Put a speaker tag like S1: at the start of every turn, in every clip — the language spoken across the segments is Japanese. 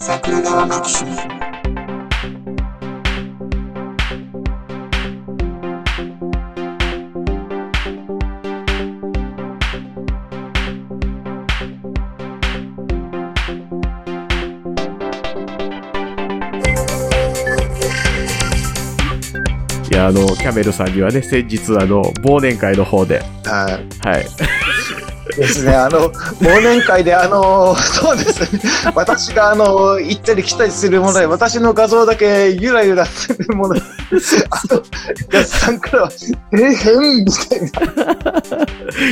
S1: 桜川マキシム
S2: いや、あの、キャメルさんにはね、先日、あの、忘年会の方で、
S3: は
S2: はい。
S3: い。ですね。あの、忘年会で、あの、 そうですね。私が、あの、行ったり来たりするもので、私の画像だけゆらゆらするもので、あの、やつさんからは、え変みたいな。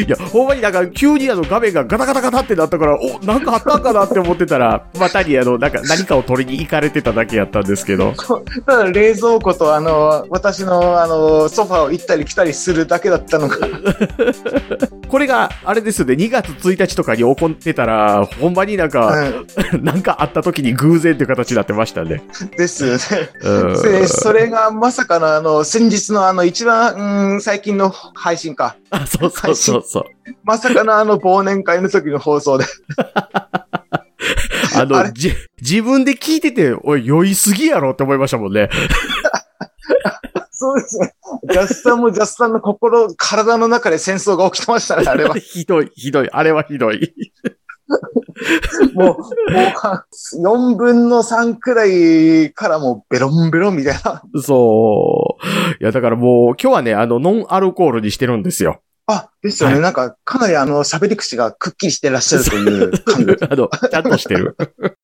S2: いや、ほんまになんか、急にあの、画面がガタガタガタってなったから、お、なんかあったんかなって思ってたら、 またにあの、なんか、何かを取りに行かれてただけやったんですけど、
S3: ただ、冷蔵庫と、あの、私の、あの、ソファーを行ったり来たりするだけだったのが、
S2: これが、あれですよね、2月1日とかに起こってたら、ほんまになんか、
S3: う
S2: なんかあった時に偶然という形になってましたね。
S3: ん、ですよね。
S2: うん。
S3: で、それがまさかの、あの、先日のあの、一番、うん、最近の配信か。
S2: あ、そうそうそうそう。
S3: まさかのあの、忘年会の時の放送で。
S2: あの
S3: あれ
S2: じ、自分で聞いてて、おい、酔いすぎやろって思いましたもんね。。
S3: そうですね。ジャスさんもジャスさんの心、体の中で戦争が起きてましたね、あれは
S2: ひどい、ひどい、あれはひどい。
S3: もう、もう、4分の3くらいからもうベロンベロンみたいな。
S2: そう。いや、だからもう、今日はね、あの、ノンアルコールにしてるんですよ。
S3: あ、ですよね。
S2: は
S3: なんか、かなりあの、喋り口がくっきりしてらっしゃるという感じ。
S2: あの、ちゃんとしてる。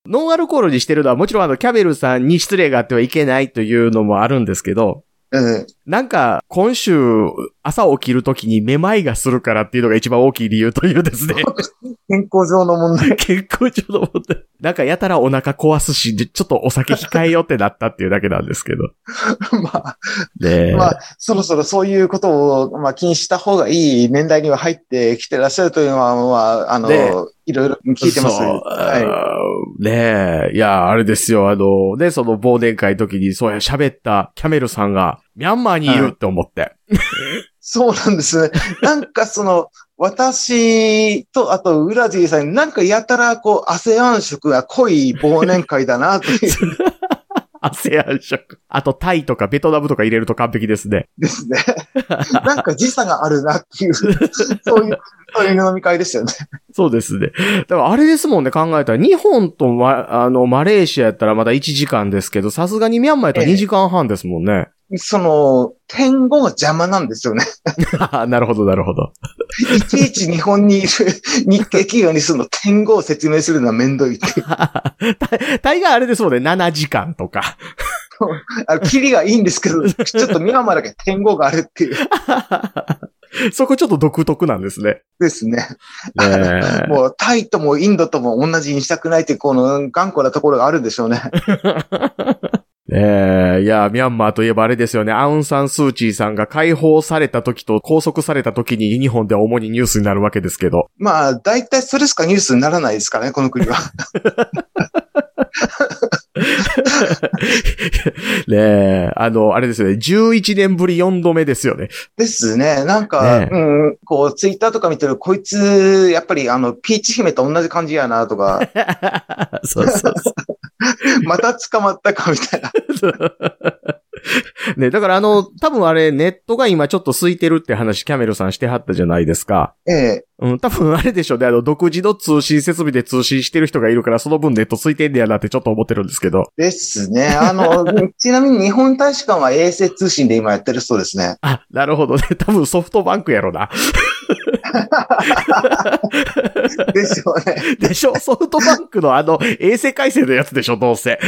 S2: ノンアルコールにしてるのは、もちろんあの、キャメルさんに失礼があってはいけないというのもあるんですけど、
S3: うん。
S2: なんか、今週、朝起きるときにめまいがするからっていうのが一番大きい理由というですね。
S3: 健康上の問題。
S2: 健康上の問題。なんかやたらお腹壊すし、でちょっとお酒控えようってなったっていうだけなんですけど。
S3: まあ、
S2: ねえ。
S3: まあ、そろそろそういうことを、まあ、気にした方がいい年代には入ってきてらっしゃるというのは、まあ、あの
S2: ね、
S3: いろいろ聞いてます。
S2: そう
S3: は
S2: ねえ。いや、あれですよ。あの、ね、その忘年会の時に、そうや、喋ったキャメルさんが、ミャンマーにいるって思って。
S3: い。そうなんですね。なんかその、私と、あと、ウラジーさん、なんかやたら、こう、アセアン色が濃い忘年会だな、という
S2: アセアン色。あと、タイとかベトナムとか入れると完璧ですね。
S3: ですね。なんか時差があるな、っていう、そういう、そういう飲み会でしたよね。
S2: そうですね。だからあれですもんね、考えたら。日本とマ、あの、マレーシアやったらまだ1時間ですけど、さすがにミャンマーやったら2時間半ですもんね。
S3: その、天語が邪魔なんですよね。
S2: なるほど、なるほど。
S3: いちいち日本にいる日系企業にするの、天語を説明するのはめんどいっていう。
S2: 大概あれですもんね、7時間とか。
S3: あの、キリがいいんですけど、ちょっとミャンマーだけ天語があるっていう。
S2: そこちょっと独特なんです ね。
S3: ですね。
S2: ねえ
S3: もう、タイともインドとも同じにしたくないっていう、この頑固なところがあるんでしょ うね。
S2: ええいや、ミャンマーといえばあれですよね。アウン・サン・スー・チーさんが解放された時と拘束された時に日本では主にニュースになるわけですけど。
S3: まあ、大体それしかニュースにならないですからね、この 国は。
S2: ねえ、あの、あれですよね。11年ぶり4度目ですよね。
S3: ですね。なんか、
S2: ねえ
S3: うん、こう、ツイッターとか見てる、こいつ、やっぱり、あの、ピーチ姫と同じ感じやな、とか、
S2: そうそうそ
S3: また捕まったか、みたいな。
S2: う。 ねだからあの、多分あれ、ネットが今ちょっと空いてるって話、キャメルさんしてはったじゃないですか。
S3: ええ
S2: うん、多分あれでしょうね。あの、独自の通信設備で通信してる人がいるから、その分ネット空いてんねやなってちょっと思ってるんですけど。
S3: ですね。あの、ちなみに日本大使館は衛星通信で今やってるそうです ね。
S2: あ、なるほどね。多分ソフトバンクやろな。
S3: ですよね。
S2: でしょソフトバンクのあの、衛星回線のやつでしょどうせ。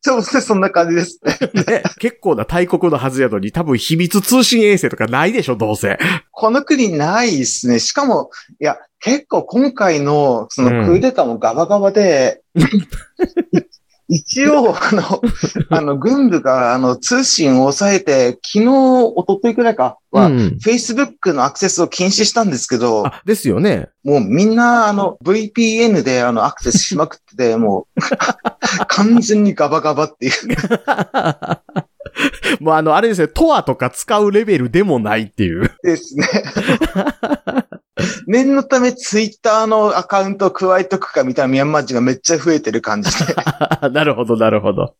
S3: そうですね、そんな感じですね。
S2: ね。結構な大国のはずやのに、多分秘密通信衛星とかないでしょどうせ。
S3: この国ないですね。しかも、いや、結構今回の、そ
S2: うん
S3: のクーデターもガバガ バで、一応、あの、あの、軍部が、あの、通信を抑えて、昨日、一昨日くらいかは、
S2: ん。
S3: Facebook のアクセスを禁止したんですけど、
S2: あ、ですよね。
S3: もうみんな、あの、VPN で、あの、アクセスしまくってて、も う、完全にガバガバっていう。
S2: もうあの、あれですね、トアとか使うレベルでもないっていう。
S3: ですね。 念のためツイッターのアカウントを加えとくかみたいなミャンマー人がめっちゃ増えてる感じで、
S2: なるほど、なるほど。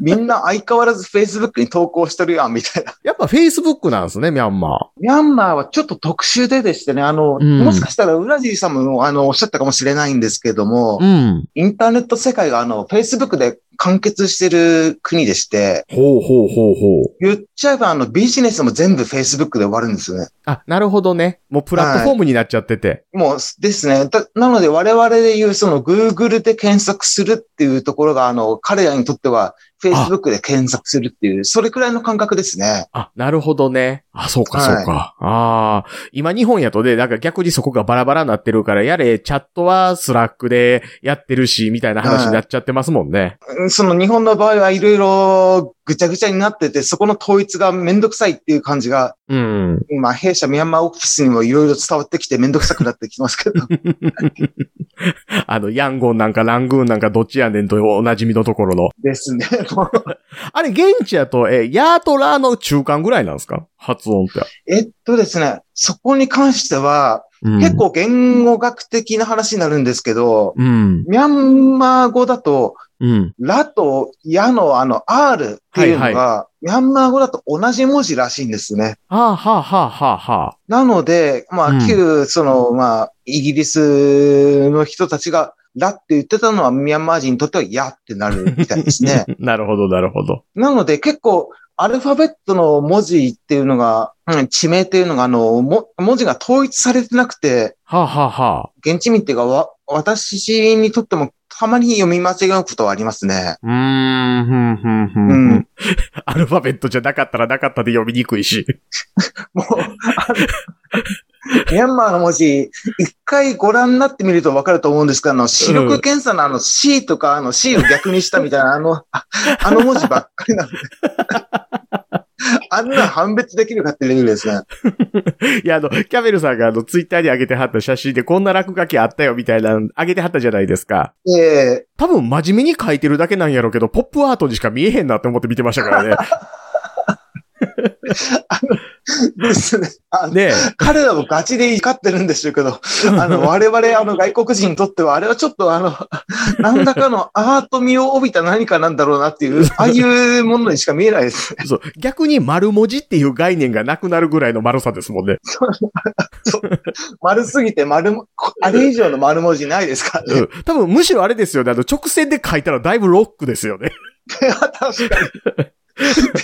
S3: みんな相変わらず Facebook に投稿してるやんみたいな。
S2: やっぱ Facebook なんですね、ミャンマー。
S3: ミャンマーはちょっと特殊ででしてね、あの、
S2: うん
S3: もしかしたらウラジーさんもあのおっしゃったかもしれないんですけども、
S2: うん。
S3: インターネット世界があの Facebook で完結してる国でして、
S2: ほうほうほうほう。
S3: 言っちゃえばあのビジネスも全部 Facebook で終わるんですよね。
S2: あ、なるほどね。もうプラットフォームになっちゃってて。
S3: もうですね。だなので我々で言うその Google で検索するっていうところがあの彼らにとっては Facebook で検索するっていう、それくらいの感覚ですね。
S2: あ、なるほどね。あ、そうか、
S3: はい
S2: そうか。ああ、今日本やとね、なんか逆にそこがバラバラになってるから、やれ、チャットはスラックでやってるし、みたいな話になっちゃってますもんね。
S3: うんその日本の場合はいろいろぐちゃぐちゃになってて、そこの統一がめんどくさいっていう感じが、
S2: うん。
S3: 今弊社ミャンマーオフィスにもいろいろ伝わってきてめんどくさくなってきてますけど。
S2: あの、ヤンゴンなんかラングーンなんかどっちやねんとおなじみのところの。
S3: ですね。もう
S2: あれ、現地やと、え、ヤートラーの中間ぐらいなんですか発音って。
S3: えっとですね、そこに関しては
S2: うん
S3: 結。構言語学的な話になるんですけど、
S2: うん。
S3: ミャンマー語だと、
S2: うん。
S3: ラとヤのあの R っていうのが、
S2: はい
S3: ミャンマー語だと同じ文字らしいんですね。
S2: はあ、はあ、はあ、はあ、はあ。
S3: なので、ま
S2: うん
S3: あ、旧、その、まあ、イギリスの人たちが、ラって言ってたのは、ミャンマー人にとっては、ヤってなるみ たいですね。
S2: なるほど、なるほど。
S3: なので、結構、アルファベットの文字っていうのが、うん地名っていうのが、あの、も文字が統一されてなくて、
S2: はあ、はあ、はあ。
S3: 現地民っていうか、わ私にとっても、たまに読み間違うことはありますね。
S2: うーん、ふん、ふん、ふん
S3: う
S2: ふん
S3: ん。。
S2: アルファベットじゃなかったらなかったで読みにくいし。
S3: もう、あのミャンマーの文字、一回ご覧になってみるとわかると思うんですけど、あの、視力検査のあの C とか、あの C を逆にしたみたいな、あの、ああの文字ばっかりなので。あんな判別できるかってレベルですね。
S2: いや、あの、キャメルさんがあの、ツイッターに上げてはった写真でこんな落書きあったよみたいなの上げてはったじゃないですか。
S3: え
S2: 多分真面目に書いてるだけなんやろうけど、ポップアートにしか見えへんなって思って見てました からね。
S3: えですね。あの
S2: ね
S3: 彼らもガチで怒ってるんでしょうけど、あの、我々、あの、外国人にとっては、あれはちょっと、あの、何らかのアート味を帯びた何かなんだろうなっていう、ああいうものにしか見えないです。
S2: え。そう。逆に丸文字っていう概念がなくなるぐらいの丸さですもんね。
S3: 丸すぎて丸も、こあれ以上の丸文字ないですから
S2: う
S3: ね。
S2: ん。多分むしろあれですよね。あの、直線で書いたらだいぶロックですよね。
S3: 確かに。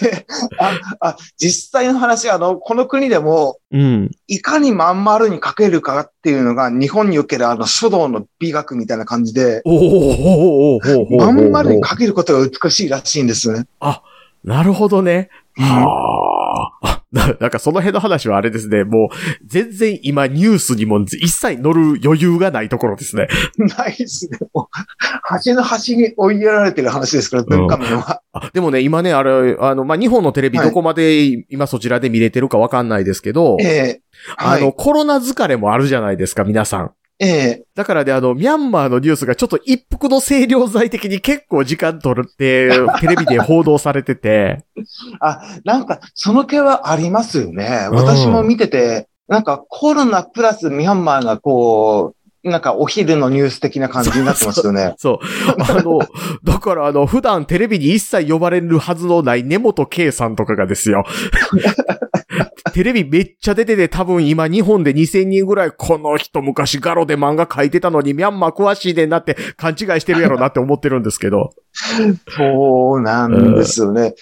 S3: でああ実際の話、あの、この国でも、
S2: うん。
S3: いかにまん丸に書けるかっていうのが、日本におけるあの書道の美学みたいな感じで、
S2: おーおーおーおーおーおーおー
S3: まん丸に書けることが美しいらしいんですね。
S2: なるほどね。
S3: うん
S2: はあ。あな、なんかその辺の話はあれですね。もう、全然今ニュースにも一切乗る余裕がないところですね。
S3: ないですね。もう端の端に追いやられてる話ですから、文化面は。
S2: あでもね、今ね、あれ、あの、まあ、日本のテレビ
S3: はい
S2: どこまで今そちらで見れてるかわかんないですけど、
S3: ええは
S2: あの、
S3: い。
S2: コロナ疲れもあるじゃないですか、皆さん。
S3: ええ
S2: だからね、あの、ミャンマーのニュースがちょっと一服の清涼剤的に結構時間取って、テレビで報道されてて、
S3: あ、なんか、その気はありますよね。私も見てて、なんかコロナプラスミャンマーがこう、なんかお昼のニュース的な感じになってますよね。
S2: そう。あ の、だからあの、普段テレビに一切呼ばれるはずのない根本圭さんとかがですよ。 テレビめっちゃ出てて多分今日本で2000人ぐらいこの人昔ガロで漫画書いてたのにミャンマー詳しいでんなって勘違いしてるやろなって思ってるんですけど。
S3: そうなんですよね。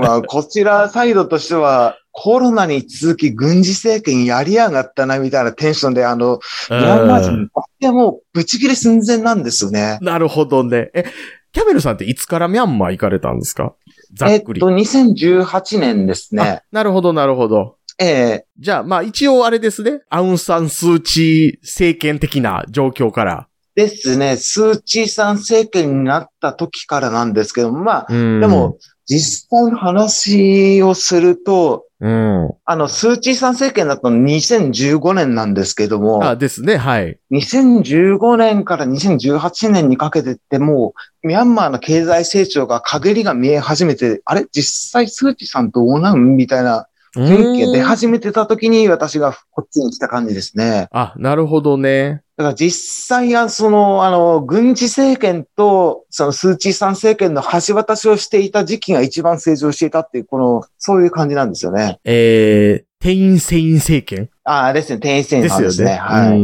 S3: まあ、こちらサイドとしては、コロナに続き軍事政権やりやがったなみたいなテンションで、あの、 ミャンマー
S2: うん
S3: 人、でもうブチ切れ寸前なんですよね。
S2: なるほどね。え、キャメルさんっていつからミャンマー行かれたんですかざ
S3: え
S2: っ
S3: っ
S2: く
S3: と、
S2: り。
S3: 2018年ですね
S2: あ。なるほど、なるほど。
S3: ええ
S2: じゃあ、まあ一応あれですね。アウンサンスーチー政権的な状況から。
S3: ですね、スー・チーさん政権になった時からなんですけども、まあ、
S2: で
S3: でも、、実際の話をすると、
S2: うん。
S3: あの、スー・チーさん政権だと2015年なんですけども、
S2: あ、ですね、はい。
S3: 2015年から2018年にかけてってもう、ミャンマーの経済成長が陰りが見え始めて、あれ実際スー・チーさんどうなんみたいな元気が出始めてた時に私がこっちに来た感じですね。
S2: あ、なるほどね。
S3: だから実際はその、あの、軍事政権と、そのスーチーさん政権の橋渡しをしていた時期が一番成長していたっていう、この、そういう感じなんですよね。
S2: えー、定員制員政権
S3: ああ、ですね、定員制
S2: で
S3: さ
S2: す
S3: ん
S2: よ
S3: ですね。
S2: ね。
S3: は
S2: う
S3: い。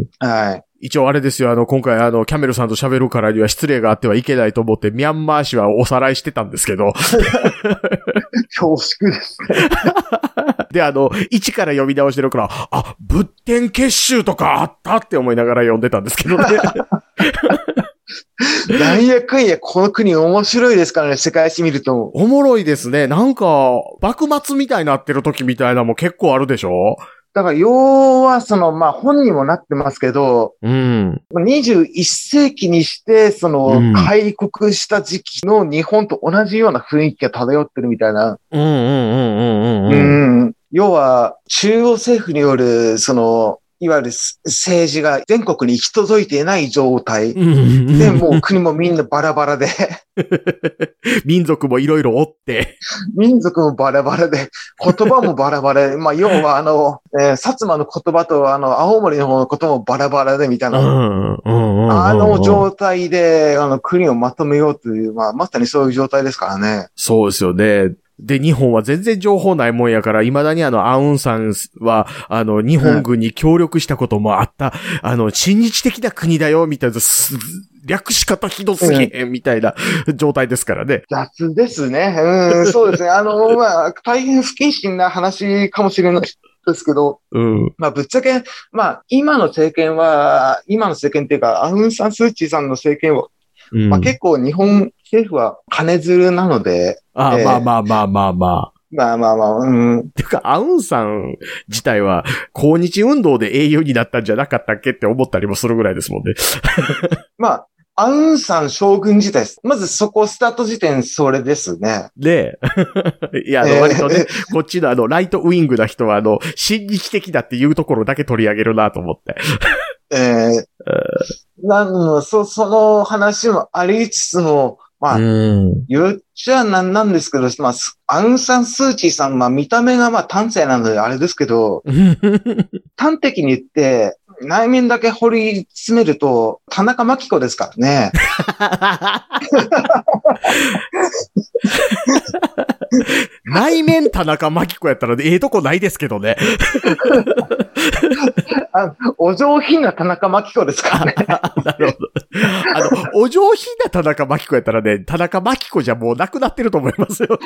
S2: ん
S3: はい。
S2: 一応あれですよ、あの、今回あの、キャメルさんと喋るからには失礼があってはいけないと思って、ミャンマー氏はおさらいしてたんですけど、
S3: 恐縮です。
S2: で、あの、一から読み直してるから、あ、仏典結集とかあったって思いながら読んでたんですけど ね。
S3: なんやかんや、この国面白いですからね、世界史見ると。
S2: おもろいですね。なんか、幕末みたいになってる時みたいなのも結構あるでしょ
S3: だから、要は、その、まあ、本にもなってますけど、
S2: うん。
S3: 21世紀にして、そ
S2: うん
S3: の、開国した時期の日本と同じような雰囲気が漂ってるみたいな。
S2: うんうんうんうん
S3: う。ん。要は、中央政府による、その、いわゆるす政治が全国に行き届いていない状態。
S2: うん
S3: で、もう国もみんなバラバラで、
S2: 民族もいろいろおって。
S3: 民族もバラバラで、言葉もバラバ ラで、まあ、要はあの、えー薩摩の言葉とあの、青森の方の言葉もバラバラでみたいな、
S2: ん。うん
S3: あの状態で、あの、国をまとめようという、まあ、まさにそういう状態ですからね。
S2: そうですよね。で、日本は全然情報ないもんやから、未だにあの、アウンさんは、あの、日本軍に協力したこともあった、あの、親日的な国だよ、みたいな、す略し方ひどすぎへん、みたいな状態ですからね。
S3: 雑ですね。うん、そうですね。あの、まあ、大変不謹慎な話かもしれないですけど、
S2: うん。
S3: まあ、ぶっちゃけ、まあ、今の政権は、今の政権っていうか、アウン・サン・スー・チーさんの政権は、
S2: うん
S3: まあ、結構日本政府は金づるなので、
S2: あ、
S3: ええ
S2: まあまあまあまあまあ。
S3: まあまあまあ、うん。
S2: てか、アウンさん自体は、抗日運動で英雄になったんじゃなかったっけって思ったりもするぐらいですもんね。
S3: まあ、アウンさん将軍時代です。まずそこスタート時点それですね。
S2: で、 いや、あ
S3: え
S2: の、
S3: ー
S2: 割とね、こっちのあの、ライトウィングな人は、あの、親日的だっていうところだけ取り上げるなと思って。
S3: ええなんの、そ、その話もありつつも、まあ、
S2: ん。
S3: 言っちゃなんなんですけど、まあ、すアウンサン・スー・チーさん、まあ、見た目がまあ、端正なのであれですけど、端的に言って、内面だけ掘り詰めると、田中真紀子ですからね。
S2: 内面田中真紀子やったら、ええとこないですけどね。
S3: あお上品な田中真紀子ですからね。
S2: なるほど。あの、お上品な田中真紀子やったらね、田中真紀子じゃもうなくなってると思います よ。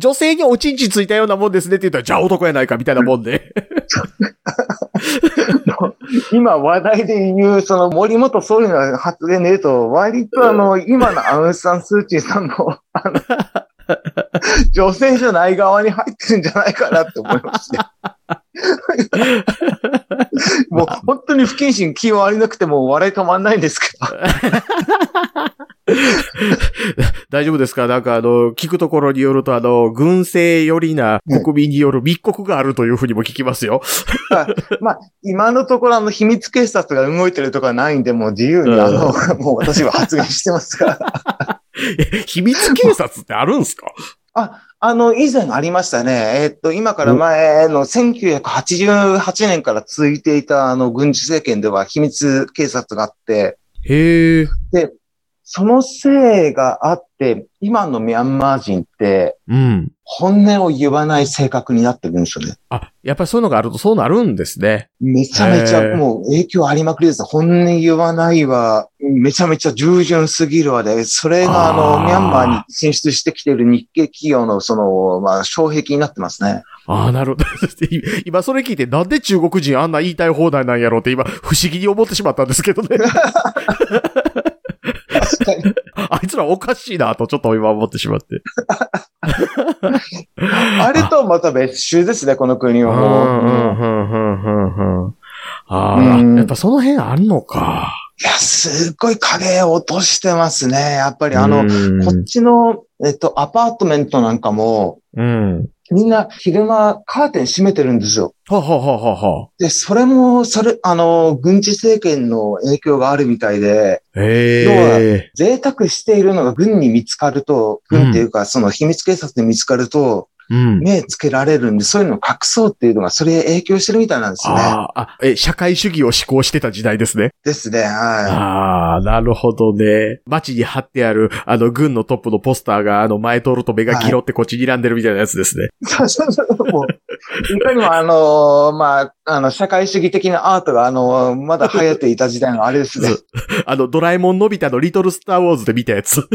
S2: 女性におちんちんついたようなもんですねって言ったら、じゃあ男やないかみたいなもんで。
S3: 今話題で言う、その森本総理の発言で言うと、割とあの、今のアウンサン・スー・チーさんの、あの、女性じゃない側に入ってるんじゃないかなって思いますね。もう本当に不謹慎気はありなくてもう笑い止まんないんですけど。
S2: 大丈夫ですかなんかあの、聞くところによると、あの、軍政よりな国民による密告があるというふうにも聞きますよ。
S3: まあ、今のところあの秘密警察が動いてるとかないんで、もう自由にあの、もう私は発言してますから。
S2: 秘密警察ってあるんすか
S3: あの、以前ありましたね。えっと、今から前の1988年から続いていたあの軍事政権では秘密警察があって、
S2: へえ。
S3: そのせいがあって、今のミャンマー人って
S2: うん。
S3: 本音を言わない性格になってるんですよね。
S2: あ、やっぱりそういうのがあるとそうなるんですね。
S3: めちゃめち
S2: へー
S3: ゃもう影響ありまくりです。本音言わないわ。めちゃめちゃ従順すぎるわで、それがあの、
S2: あー
S3: ミャンマーに進出してきている日系企業のその、まあ、障壁になってます ね。
S2: ああ、なるほど。今それ聞いて、なんで中国人あんな言いたい放題なんやろうって今、不思議に思ってしまったんですけどね。
S3: 確かに。
S2: あいつらおかしいなとちょっと今思ってしまって。
S3: あれとはまた別種ですね、この国はもう。
S2: あ
S3: う
S2: あ、
S3: ん
S2: やっぱその辺あんのか。
S3: いや、すっごい影落としてますね。やっぱりあの、
S2: うん
S3: こっちの、えっと、アパートメントなんかも、
S2: うん。
S3: みんな昼間カーテン閉めてるんですよ。
S2: はあ、はあはあはあは
S3: で、それも、それ、あの、軍事政権の影響があるみたいで、
S2: あ、ええ
S3: 贅沢しているのが軍に見つかると、軍っていうか、その秘密警察に見つかると、
S2: うん。
S3: 目つけられるんで、そういうのを隠そうっていうのが、それ影響してるみたいなんですね。
S2: ああ、あ、え、社会主義を志向してた時代ですね。
S3: ですね、は
S2: ああ、なるほどね。街に貼ってある、あの、軍のトップのポスターが、あの、前通ると目がギロってこっちにらんでるみたいなやつですね。
S3: い。そうそうそう。もう、いかにもあのまあ、あの、社会主義的なアートが、あのまだ流行っていた時代のあれですね。
S2: あの、ドラえもんのび太のリトルスターウォーズで見たやつ。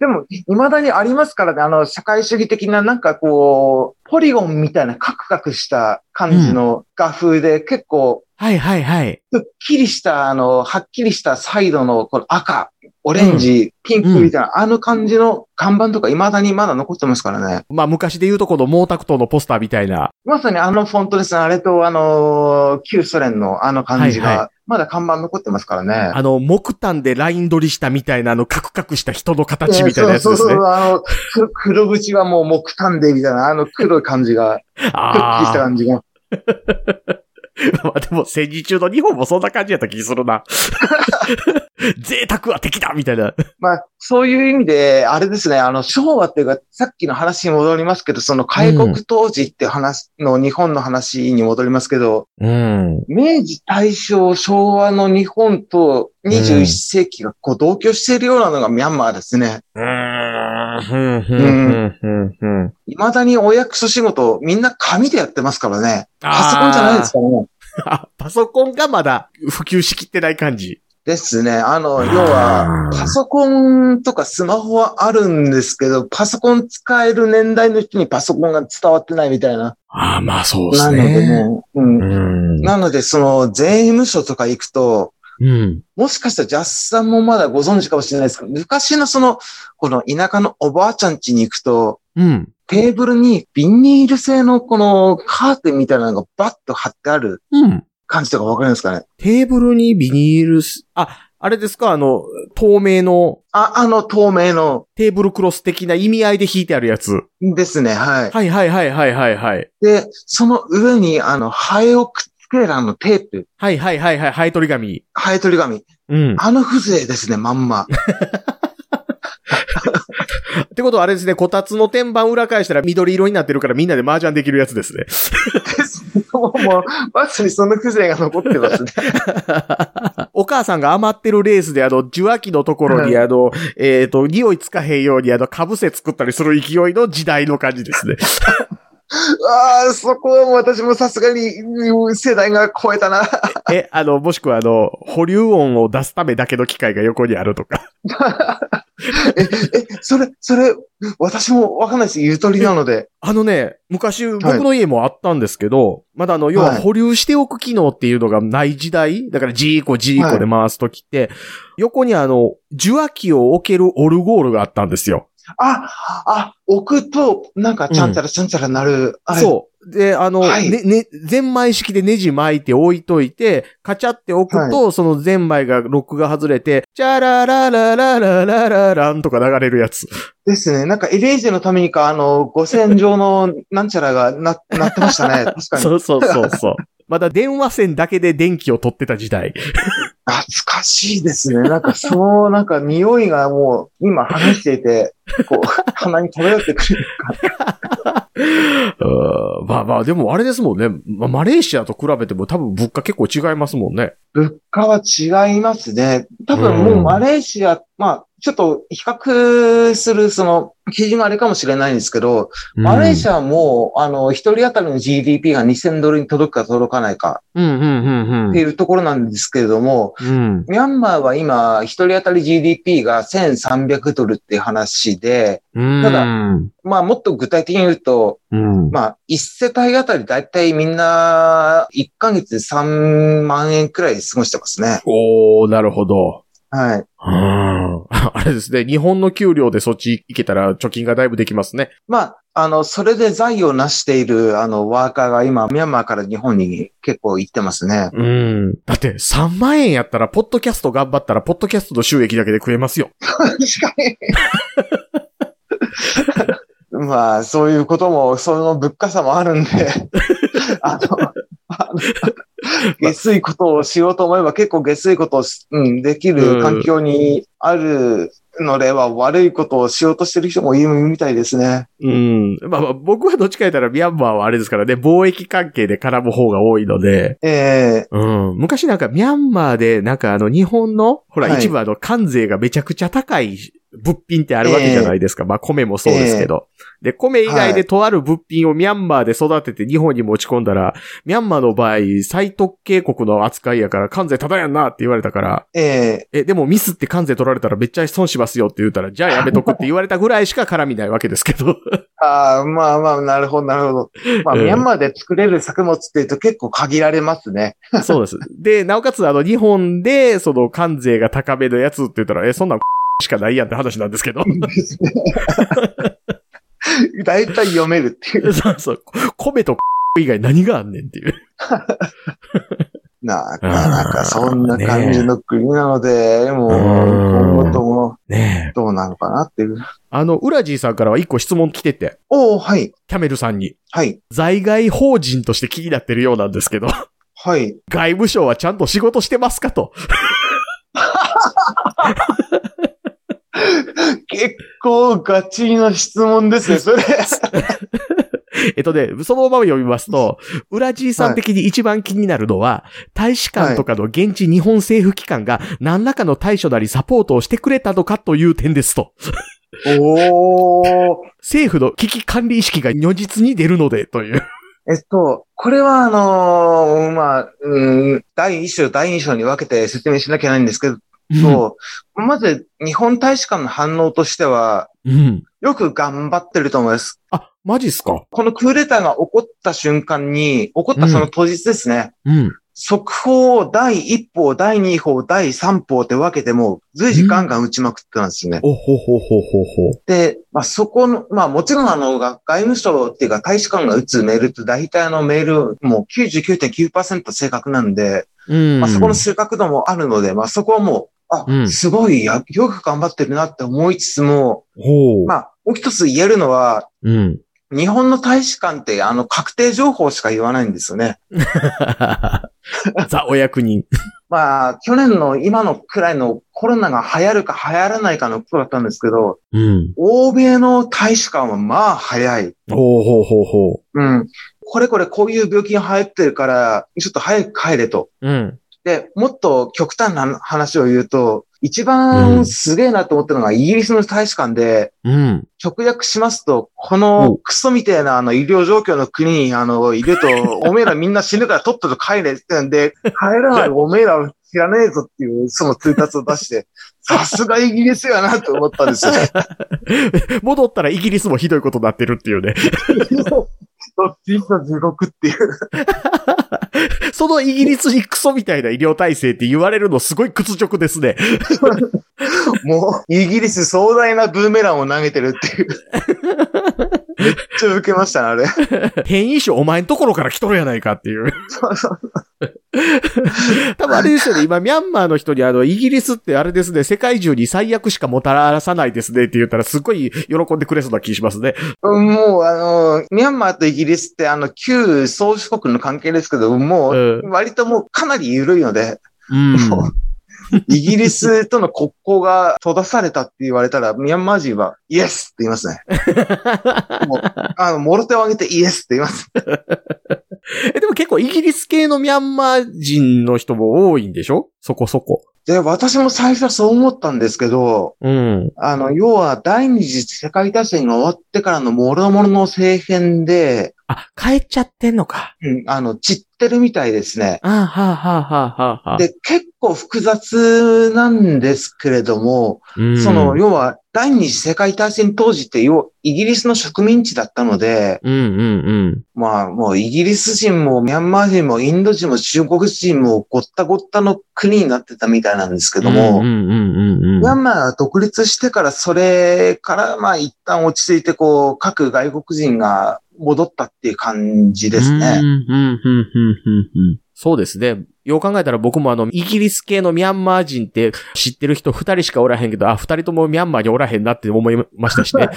S3: でも、未だにありますからね、あの、社会主義的な、なんかこう、ポリゴンみたいなカクカクした感じの画風で、結構、
S2: はいはいはい。
S3: くっきりした、あの、はっきりしたサイドの、この赤、オレンジ、ピンクみたいな、あの感じの看板とか未だにまだ残ってますからね。
S2: まあ、昔で言うとこの毛沢東のポスターみたいな。
S3: まさにあのフォントですね、あれと、あの、旧ソ連のあの感じが、
S2: はいは
S3: まだ看板残ってますからね。
S2: あの、木炭でライン取りしたみたいな、あの、カクカクした人の形みたいなやつ
S3: そう
S2: です
S3: そう
S2: ね
S3: そう、。あの、く黒縁はもう木炭で、みたいな、あの黒い感じが、くっきりした
S2: あ
S3: 感じが。
S2: あ。まあでも、戦時中の日本もそんな感じやった気するな。贅沢は敵だみたいな。
S3: まあ、そういう意味で、あれですね、あの、昭和っていうか、さっきの話に戻りますけど、その開国当時っていう話の日本の話に戻りますけど、
S2: うん。
S3: 明治、大正、昭和の日本と
S2: うん
S3: 21世紀がこう同居しているようなのがミャンマーですね。
S2: うーん、ふん、ふん、ふん、ふん。
S3: 未だにお役所仕事、みんな紙でやってますからね。パ
S2: あー
S3: ソコンじゃないですからね。
S2: あ、パソコンがまだ普及しきってない感じ。
S3: ですね。あの、
S2: あー
S3: 要は、パソコンとかスマホはあるんですけど、パソコン使える年代の人にパソコンが伝わってないみたいな。
S2: ああ、まあそう
S3: なので。ね、うん。
S2: うん。
S3: なので、その、税務署とか行くと、
S2: うん。
S3: もしかしたらジャスさんもまだご存知かもしれないですけど、昔のその、この田舎のおばあちゃん家に行くと、
S2: うん。
S3: テーブルにビニール製のこのカーテンみたいなのがバッと貼ってある
S2: うん。
S3: 感じとかわかりますかね
S2: テーブルにビニールす、あ、あれですか、あの、透明の
S3: あ、あの透明の、
S2: テーブルクロス的な意味合いで引いてあるやつ。
S3: ですね、はい。
S2: はいはいはいはいはいはい。
S3: で、その上に、あの、ハエをくっつけるあのテープ、
S2: はいはいはいはい、ハエ取り紙。
S3: ハエ取り紙、
S2: うん。
S3: あの風情ですね、まんま。
S2: ってことはあれですね、こたつの天板裏返したら緑色になってるからみんなで麻雀できるやつですね。
S3: です もう、もうまさにその風情が残ってますね。
S2: お母さんが余ってるレースで、あの、受話器のところに、
S3: う
S2: あの、えっ、と、匂いつかへんように、あの、かぶせ作ったりする勢いの時代の感じ ですね。
S3: ああ、そこはもう私もさすがにうん世代が超えたな。
S2: え、あの、もしくはあの、保留音を出すためだけの機械が横にあるとか。
S3: え、え、それ、それ、私もわかんないです。ゆとりなので。
S2: あのね、昔、僕の家もあったんですけど、まだあの、要は
S3: はい
S2: 保留しておく機能っていうのがない時代、だからジーコジーコで回すときって、横にあの、受話器を置けるオルゴールがあったんですよ。
S3: あ、あ、置くと、なんか、ちゃんたらちゃんたらなる。あれ
S2: そう。で、あの、
S3: はい
S2: ね、ね、ゼンマイ式でネジ巻いて置いといて、カチャって置くと、そのゼンマイがロックが外れて、チャラララララララランとか流れるやつ。
S3: ですね。なんか、エレーゼのためにか、あの、五線上のなんちゃらがな、なってましたね。確かに。
S2: そうそうそうそう。まだ電話線だけで電気を取ってた時代。
S3: 懐かしいですね。なんか、その、なんか、匂いがもう、今話していて、こう、鼻に漂ってくる。
S2: うーんまあまあ、でもあれですもんね。まマレーシアと比べても多分物価結構違いますもんね。
S3: 物価は違いますね。多分もうマレーシア、まあ、ちょっと比較する、その、基準はあれかもしれないんですけど、マレーシ
S2: ア。
S3: アはもう、あの、一人当たりの GDP が2000ドルに届くか届かないか
S2: うんうんうん
S3: っ
S2: う
S3: て
S2: ん。
S3: いうところなんですけれども、
S2: うん。
S3: ミャンマーは今、一人当たり GDP が1300ドルっていう話で、
S2: うん。
S3: ただ
S2: うん。
S3: まあ、もっと具体的に言うと、
S2: うん。
S3: まあ、一世帯あたりだいたいみんな、1ヶ月で3万円くらい過ごしてますね。
S2: おー、なるほど。
S3: はい。
S2: うーん あれですね。日本の給料でそっち行けたら貯金がだいぶできますね。
S3: まあ、あの、それで財を成している、あの、ワーカーが今、ミャンマーから日本に結構行ってますね。
S2: うん。だって3万円やったら、ポッドキャスト頑張ったら、ポッドキャストの収益だけで食えますよ。
S3: 確かに。 まあ、そういうことも、その物価差もあるんで、 あ の、あの下水いことをしようと思えば結構下水いことをし、うん、できる環境にあるのでは悪いことをしようとしてる人もいるみたいですね。
S2: うん。まあまあ、僕はどっちか言ったらミャンマーはあれですからね、貿易関係で絡む方が多いので、
S3: ええ
S2: うん。昔なんかミャンマーで、なんかあの日本の、ほら、
S3: はい
S2: 一部あの関税がめちゃくちゃ高い物品ってあるわけじゃないですか。まあ米もそうですけど。で、米以外でとある物品をミャンマーで育てて日本に持ち込んだら、ミャンマーの場合、最特権国の扱いやから関税ただやんなって言われたから、
S3: ええ
S2: え、でもミスって関税取られたらめっちゃ損しますよって言ったら、じゃあやめとくって言われたぐらいしか絡みないわけですけ ど。
S3: ああ、まあまあ、なるほど、なるほど。まあ、
S2: ええ
S3: ミャンマーで作れる作物っていうと結構限られますね。
S2: そうです。で、なおかつ、あの、日本で、その、関税が高めのやつって言ったら、え、そんなん しかないやんって話なんですけど。
S3: 大体読めるってい う。
S2: そうそう。米と以外何があんねんっていう。
S3: なかなかそんな感じの国なので、もう、今後とも
S2: ねえ。
S3: どうなのかなっていう。
S2: あの、ウラジーさんからは一個質問来てて、
S3: おおはい、
S2: キャメルさんに。
S3: はい、
S2: 在外法人として気になってるようなんですけど、
S3: はい。
S2: 外務省はちゃんと仕事してますかと。
S3: 結構ガチな質問です ね、それ。
S2: えっとね、そのまま読みますと、ウラジーさん的に一番気になるのは、大使館とかの現地日本政府機関が何らかの対処なりサポートをしてくれたのかという点ですと。
S3: おお。
S2: 政府の危機管理意識が如実に出るので、という。
S3: えっと、これはあのーまあ、うん、第一章、第二章に分けて説明しなきゃいけないんですけど、そうまず日本大使館の反応としては、
S2: うん。
S3: よく頑張ってると思います。
S2: あ、マジっすか
S3: このクーデターが起こった瞬間に、起こったその当日ですね。
S2: うん。
S3: 速報を第1報、第2報、第3報って分けても、随時ガンガン打ちまくってたんですよね。
S2: おほほほほほ。
S3: で、まあ、そこの、まあ、もちろんあの、が外務省っていうか大使館が打つメールって大体あのメールもう99.9%正確なんで、
S2: うん。
S3: まあ、そこの正確度もあるので、まあ、そこはもう、あ、
S2: うん
S3: すごいや、よく頑張ってるなって思いつつも、
S2: ほう。
S3: まあ、もう一つ言えるのは、
S2: うん。
S3: 日本の大使館ってあの、確定情報しか言わないんですよね。
S2: ザ、お役人。
S3: まあ、去年の今のくらいのコロナが流行るか流行らないかのことだったんですけど、
S2: うん。
S3: 欧米の大使館はまあ早い。
S2: ほうほうほうほ
S3: うん。これこれこういう病気が流行ってるから、ちょっと早く帰れと。
S2: う。うん。
S3: で、もっと極端な話を言うと、一
S2: う
S3: 番
S2: ん
S3: すげえなと思ったのがイギリスの大使館で、
S2: うん。
S3: 直訳しますと、こ
S2: お
S3: のクソみたいなあの医療状況の国にあのいると、おめえらみんな死ぬからとっとと帰れってんで、帰らないおめえら知らねえぞっていうその通達を出して、さすがイギリスやなと思ったんですよね。
S2: 戻ったらイギリスもひどいことになってるっていうね。
S3: どっちの地獄っていう。
S2: そのイギリスにクソみたいな医療体制って言われるのすごい屈辱です ね。
S3: もう、イギリス壮大なブーメランを投げてるっていう。めっちゃ受けましたね、あれ。
S2: 変異種お前んところから来とるやないかって いう。多分あれですよね、今、ミャンマーの人に、あの、イギリスってあれですね、世界中に最悪しかもたらさないですねって言ったら、すっごい喜んでくれそうな気しますね。
S3: もう、あの、ミャンマーとイギリスって、あの、旧宗主国の関係ですけど、もう、
S2: うん。
S3: 割ともうかなり緩いので、
S2: うん。
S3: イギリスとの国交が閉ざされたって言われたら、ミャンマー人は、イエスって言いますね。 もう、あの、もろ手を挙げてイエスって言います。
S2: え、でも結構イギリス系のミャンマー人の人も多いんでしょそこそこ。
S3: で、私も最初はそう思ったんですけど、
S2: うん。
S3: あの、要は第二次世界大戦が終わってからのもろもろの政変で、
S2: あ、帰っちゃってんのか。
S3: うん、あの、散ってるみたいですね。
S2: あーはあ、はあ、はあ、はあ、はあ。
S3: で、結構複雑なんですけれども、
S2: うん、
S3: その、要は、第二次世界大戦当時って、要、イギリスの植民地だったので、
S2: うん、うん、
S3: まあ、もうイギリス人もミャンマー人もインド人も中国人もごったごったの国になってたみたいなんですけ
S2: うん。
S3: ども、
S2: うん、うん、うん、うん。
S3: ミャンマーが独立してから、それから、まあ、一旦落ち着いて、こう、各外国人が戻ったっていう感じですね。
S2: うんうんうんうんうんうんそうですね。よう考えたら僕もあの、イギリス系のミャンマー人って知ってる人二人しかおらへんけど、あ、二人ともミャンマーにおらへんなって思いましたし ね。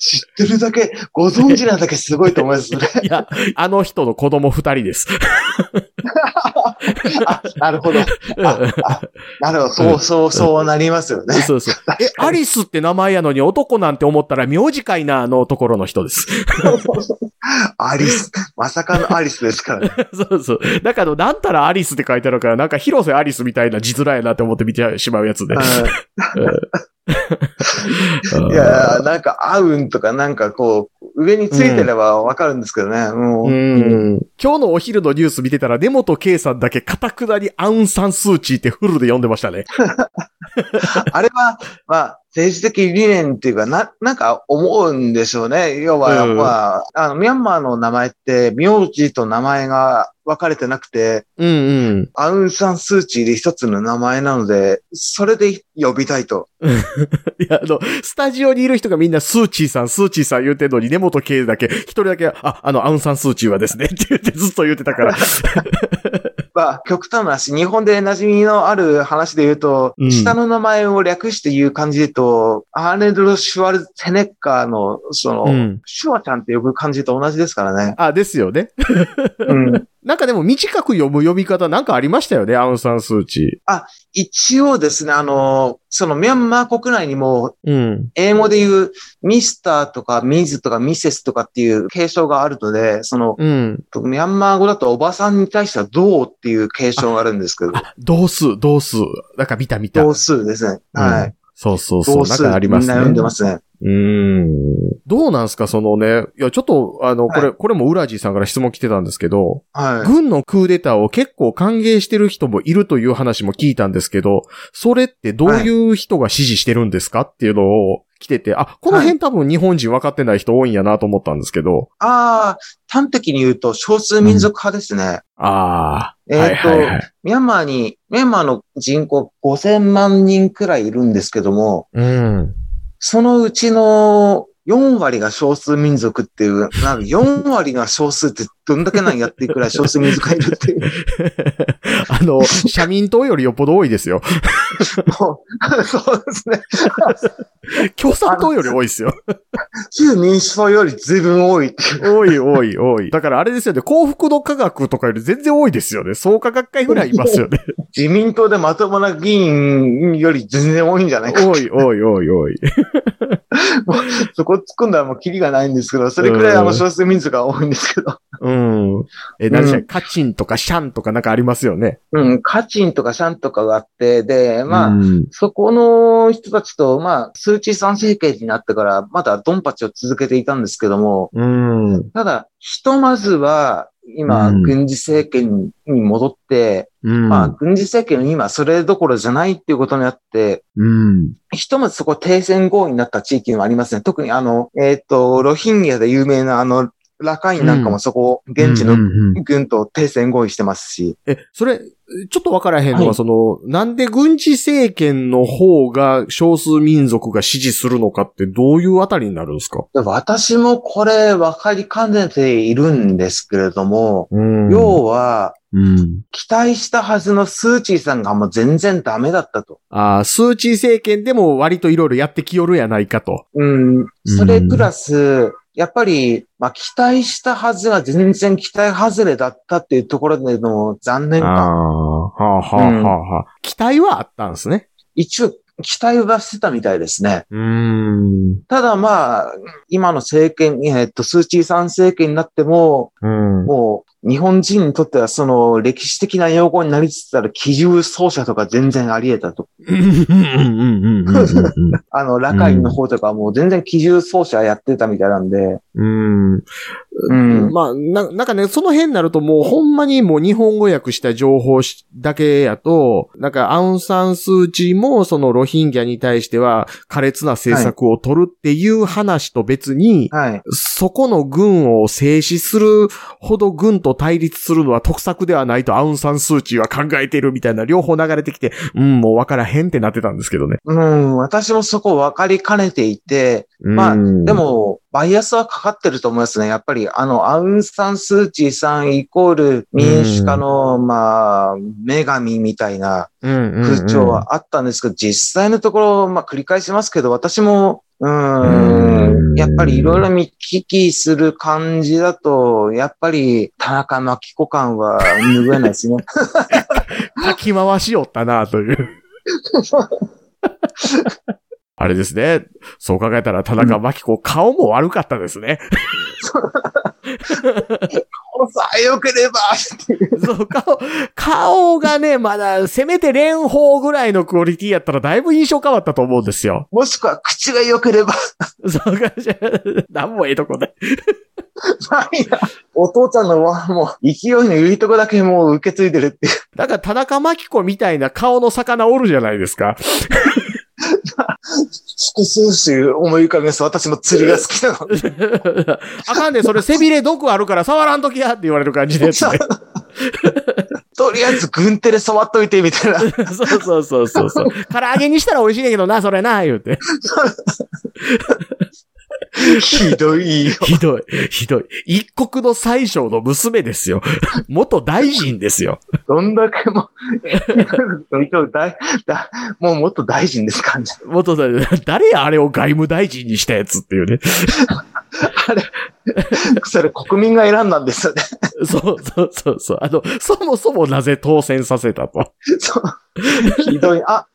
S3: 知ってるだけ、ご存知なだけすごいと思います ね。
S2: いや、あの人の子供二人です。
S3: あ、なるほど。なるほど。そうそう、そうなりますよね。
S2: そう そう。え、アリスって名前やのに男なんて思ったら名字かいな、あのところの人です。
S3: アリス。まさかのアリスですからね。
S2: そうそう。だから、なんたらアリスって書いてあるから、なんか広瀬アリスみたいな字面やなって思って見てしまうやつで。
S3: うんいやー、なんか、合うんとか、なんかこう、上についてればわかるんですけどね。も
S2: う
S3: う、
S2: ん今日のお昼のニュース見てたら、根本圭さんだけカタクナにアウンサンスーチーってフルで読んでましたね。
S3: あれは、まあ、政治的理念っていうか、な、なんか思うんでしょうね。要は、
S2: うん
S3: まあ、あの、ミャンマーの名前って、名字と名前が分かれてなくて、
S2: うんうん。
S3: アウンサンスーチーで一つの名前なので、それで呼びたいと。
S2: いや、あの、スタジオにいる人がみんなスーチーさん、スーチーさん言うてんのに、根本圭だけ、一人だけ、あ、あの、アウンサンスーチーはですね、って言ってずっと言ってたから。
S3: まあ、極端な話、日本で馴染みのある話で言うと、
S2: うん
S3: 下の名前を略して言う感じで言うと、アーネルド・シュワルツェネッカーの、その、
S2: うん。
S3: シュワちゃんって呼ぶ感じと同じですからね
S2: あ、ですよね。
S3: うん、
S2: なんかでも短く読む読み方なんかありましたよね、アウンサンスーチ
S3: 一応ですね、あの、そのミャンマー国内にも、
S2: ー。うん。
S3: 英語で言う、ミスターとかミズとかミセスとかっていう継承があるので、その、
S2: うん。
S3: ミャンマー語だとおばさんに対してはどうっていう継承があるんですけど、
S2: あ、同数、同数。なんか見た見た。
S3: 同数ですね。は
S2: うん
S3: い。
S2: そうそうそう。なん
S3: 同数、
S2: かあり
S3: み
S2: ま
S3: んな
S2: すね。
S3: 読んでますね。
S2: うーん。どうなんすか、そのね。いや、ちょっと、あの、これ、これもウラジーさんから質問来てたんですけど、
S3: はい。
S2: 軍のクーデターを結構歓迎してる人もいるという話も聞いたんですけど、それってどういう人が支持してるんですかっていうのを来てて、あ、この辺多分日本人分かってない人多いんやなと思ったんですけど、
S3: ああ、端的に言うと少数民族派ですね。
S2: ああ、
S3: え
S2: は
S3: っ、
S2: い
S3: と、
S2: はいはい。
S3: ミャンマーに、ミャンマーの人口5000万人くらいいるんですけども、
S2: うん。
S3: そのうちの4割が少数民族っていう、なんか4割が少数ってどんだけなんやっていうくらい少数民族がいるっていう。
S2: あの、社民党よりよっぽど多いですよ。
S3: もうそうですね。
S2: 共産党より多いですよ。
S3: 旧民主党より随分多いっていう。
S2: 多い多い多い。だからあれですよね、幸福の科学とかより全然多いですよね。創価学会ぐらいいますよね。
S3: 自民党でまともな議員より全然多いんじゃないか。
S2: 多い多い多い多い。
S3: そこ突っ込んだらもうキリがないんですけど、それくらいあ
S2: う
S3: の
S2: ん
S3: 少数民族が多いんですけど。
S2: うん。え、何でしたっ
S3: う
S2: けカチンとかシャンとかなんかありますよね。
S3: うん、カチンとかシャンとかがあって、で、まあ、
S2: うん
S3: そこの人たちと、まあ、スーチーさん政権になってから、まだドンパチを続けていたんですけども、
S2: うん。
S3: ただ、ひとまずは、今、
S2: うん
S3: 軍事政権に戻って、
S2: うん。
S3: まあ、軍事政権今、それどころじゃないっていうことになって、
S2: うん。
S3: ひとまずそこ停戦合意になった地域もありますね。特にあの、えっ、と、ロヒンギャで有名なあの、ラカインなんかもそこ、現地
S2: う
S3: の
S2: んうんうん
S3: 軍と停戦合意してますし、
S2: え、それ、ちょっとわからへんの
S3: は
S2: は、
S3: い
S2: その、なんで軍事政権の方が少数民族が支持するのかってどういうあたりになるんですか
S3: 私もこれ分かりかねているんですけれども、
S2: うん
S3: 要は、
S2: うん。
S3: 期待したはずのスーチーさんがもう全然ダメだったと。
S2: ああ、数値政権でも割といろいろやってきよるやないかと。
S3: うん。それプラス、やっぱり、まあ、期待したはずが全然期待外れだったっていうところでの残
S2: あ
S3: 念感。
S2: あ、はあはあはあはあ、期待はあったんですね。
S3: 一応、期待はしてたみたいですね。
S2: うーん。
S3: ただまあ、今の政権、えっと、スーチーさん政権になっても、
S2: うん。
S3: もう、日本人にとってはその歴史的な用語になりつつある奇獣奏者とか全然あり得たと。あの、ラカインの方とかもう全然奇獣奏者やってたみたいなんで、
S2: うん。
S3: うん。
S2: まあ、な、なんかね、その辺になるともうほんまにもう日本語訳した情報しだけやと、なんかアウンサンスーチーもそのロヒンギャに対しては苛烈な政策を取るっていう話と別に、
S3: はい。
S2: そこの軍を制止するほど軍とと対立するのは得策ではないとアウンサンスーチーは考えているみたいな両方流れてきて、うん、もうわからへんってなってたんですけどね。
S4: うん、私もそこ分かりかねていて、まあ、
S2: うん
S4: で、も、バイアスはかかってると思いますね。やっぱり、あの、アウン・サン・スー・チーさんイコール民主化の、まあ、女神みたいな風
S2: 風
S4: 潮はあったんですけど、実際のところ、まあ、繰り返しますけど、私も、う
S2: う
S4: ーん、
S2: ん
S4: やっぱりいろいろ見聞きする感じだと、やっぱり田中真紀子感は拭えないです ね。
S2: かき回しよったなと いう。あれですね。そう考えたら、田中真紀子、顔も悪かったですね。
S4: さえよければ
S2: そう、顔、顔がね、まだ、せめて蓮舫ぐらいのクオリティやったら、だいぶ印象変わったと思うんですよ。
S4: もしくは口が良ければ
S2: そう か、なんもええとこで。
S4: ないな。お父ちゃんのはもう勢いのいいとこだけもう受け継いでるっていう。
S2: だから、田中真紀子みたいな顔の魚おるじゃないです か。
S4: 複数種思い浮かべます。私も釣りが好きなの。
S2: あかんで、それ背びれ毒あるから触らんときやって言われる感じで、ね。そう
S4: とりあえず軍手で触っといてみたいな。
S2: そうそうそうそう。唐揚げにしたら美味しいねんけどな、それな、言うて。
S4: ひどいよ。
S2: ひどい、ひどい。一国の最小の娘ですよ。 元大臣ですよ。
S4: どんだけもう、一応大 だもうもっと大臣です感じ。
S2: 元大臣。誰やあれを外務大臣にしたやつっていうね。
S4: それ国民が選んだんですよね。
S2: そうそうそうそう。あの、そもそもなぜ当選させたと。
S4: そうひどい。あ、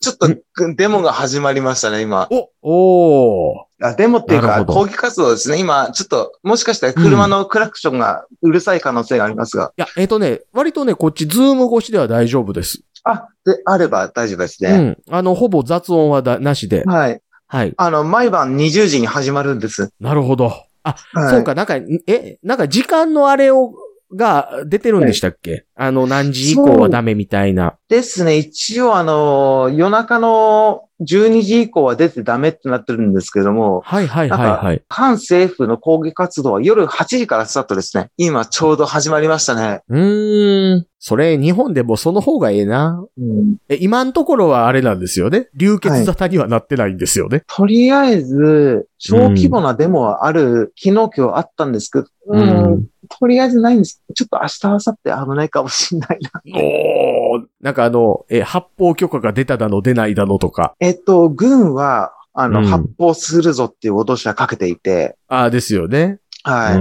S4: ちょっとデモが始まりましたね、今。
S2: お、おー
S4: あデモっていう
S2: なる
S4: か、
S2: ほど
S4: 抗議活動ですね。今、ちょっと、もしかしたら車のクラクションがうるさい可能性がありますが。
S2: いや、えっ、とね、割とね、こっちズーム越しでは大丈夫です。
S4: あ、で、あれば大丈夫です
S2: う
S4: ね。
S2: ん。あの、ほぼ雑音はだなしで。
S4: はい。
S2: はい。
S4: あの、毎晩20時に始まるんです。
S2: なるほど。あ、
S4: はい、
S2: そう。か、なんか、え、なんか時間のあれを、が出てるんでしたっけ、あの、何時以降はダメみたいな。
S4: ですね。一応、あの、夜中の12時以降は出てダメってなってるんですけども、
S2: はいはいはいはい。
S4: 反政府の抗議活動は夜8時からスタートですね。今、ちょうど始まりましたね。
S2: うーん。それ、日本でもその方がええな。
S4: うん、
S2: え、今のところはあれなんですよね。流血沙汰にはなってないんですよね。
S4: とりあえず、小規模なデモはある、昨日今日あったんですけど、うん
S2: うん
S4: とりあえずないんです。ちょっと明日、明後日危ないかもしれないな。
S2: おーなんかあの、え、発砲許可が出ただの出ないだのとか。
S4: えっと、軍は、あの、
S2: うん
S4: 発砲するぞっていう脅しはかけていて、
S2: ああ、ですよね。
S4: はい。
S2: う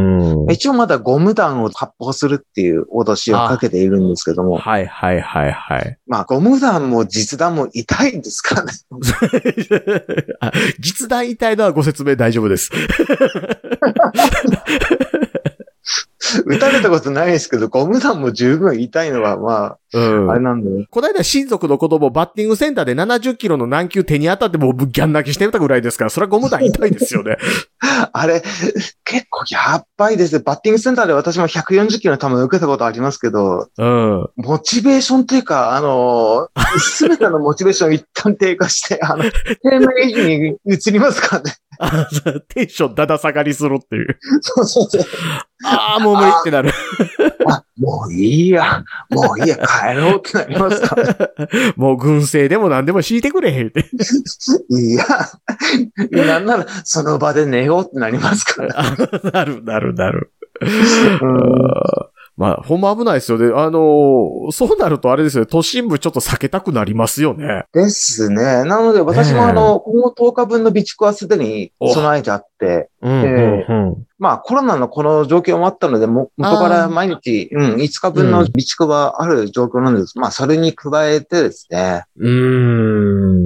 S2: ん
S4: 一応まだゴム弾を発砲するっていう脅しをかけているんですけども、
S2: はいはいはいはい。
S4: まあゴム弾も実弾も痛いんですからね。
S2: あ実弾遺体のはご説明大丈夫です。
S4: 撃たれたことないですけど、ゴム弾も十分痛いのはま
S2: う
S4: あ、あれ
S2: ん。
S4: なんで。
S2: こないだ親族の子供バッティングセンターで70キロの軟球手に当たってもうギャン泣きしてたぐらいですから、それはゴム弾痛いですよね。
S4: あれ、結構やばいですね。バッティングセンターで私も140キロの球を受けたことありますけど、
S2: うん。
S4: モチベーションというか、あの、すべてのモチベーション一旦低下して、あの、低迷維持に移りますからね。
S2: あそうテンションだだ下がりするっていう。
S4: そうそうそう。
S2: ああ、もう無理ってなる。
S4: あ、もういいや。もういいや、帰ろうってなりますからね
S2: もう軍政でも何でも敷いてくれへんって。
S4: いや、なんならその場で寝ようってなりますから。
S2: あ なる、なる、なる。
S4: うん
S2: あーまあ、ほんま危ないですよね。あのーそうなるとあれですよね。都心部ちょっと避けたくなりますよね。
S4: ですね。なので私
S2: ね
S4: も
S2: え
S4: あの、今後10日分の備蓄はすでに備えてあって、
S2: うん
S4: ええ
S2: うん
S4: まあコロナのこの状況もあったので、も元から毎日、うん、5日分の備蓄はある状況なんです。まあそれに加えてですね。
S2: うん。
S4: う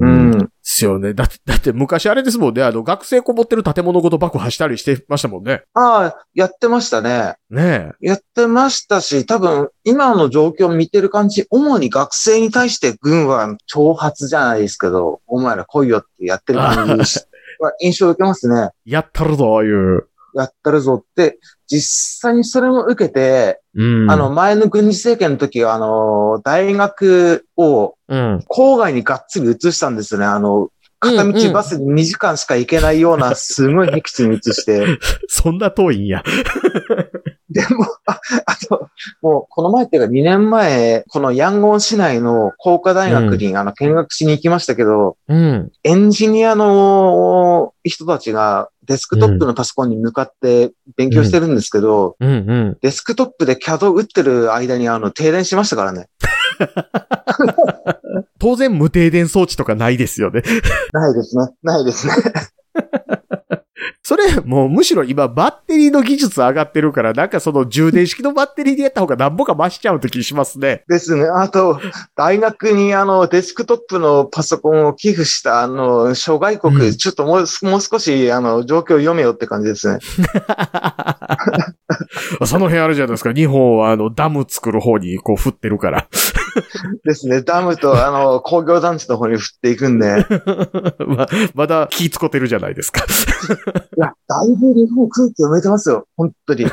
S2: うん。で
S4: ん。
S2: すよね。だって、だって昔あれですもんね。あの、学生こもってる建物ごと爆破したりしてましたもんね。
S4: ああ、やってましたね。
S2: ね
S4: やってましたし、多分今の状況を見てる感じ、主に学生に対して軍は挑発じゃないですけど、お前ら来いよってやってる感じしは印象を受けますね。
S2: え。やったるぞ、いう。
S4: やったるぞって、実際にそれも受けて、
S2: うん。
S4: あの、、前の軍事政権の時は、あの、大学を
S2: うん。
S4: 郊外にがっつり移したんですよね。あの、片
S2: うんう
S4: 道
S2: ん
S4: バスで2時間しか行けないような、すごい僻地に移して。
S2: そんな遠いんや。
S3: でも、あ あと、もう、この前っていうか2年前、このヤンゴン市内の工科大学に、あの、見学しに行きましたけど、
S2: うん。
S3: エンジニアの人たちがデスクトップのパソコンに向かって勉強してるんですけど、
S2: うんうん。
S3: デスクトップで CAD 打ってる間にあの停電しましたからね。
S2: 当然無停電装置とかないですよね。
S3: ないですね。ないですね。
S2: それ、もうむしろ今バッテリーの技術上がってるから、なんかその充電式のバッテリーでやった方がなんぼか増しちゃうと気しますね。
S3: ですね。あと、大学にあのデスクトップのパソコンを寄付したあの諸外国、
S2: うん
S3: ちょっともうもう少しあの状況を読めよって感じですね。
S2: その辺あるじゃないですか。日本はあのダム作る方にこう振ってるから。
S3: ですね。ダムとあの工業団地の方に振っていくんで。
S2: ままだ気使ってるじゃないですか。
S3: いや、だいぶ日本空気読めてますよ。本当に。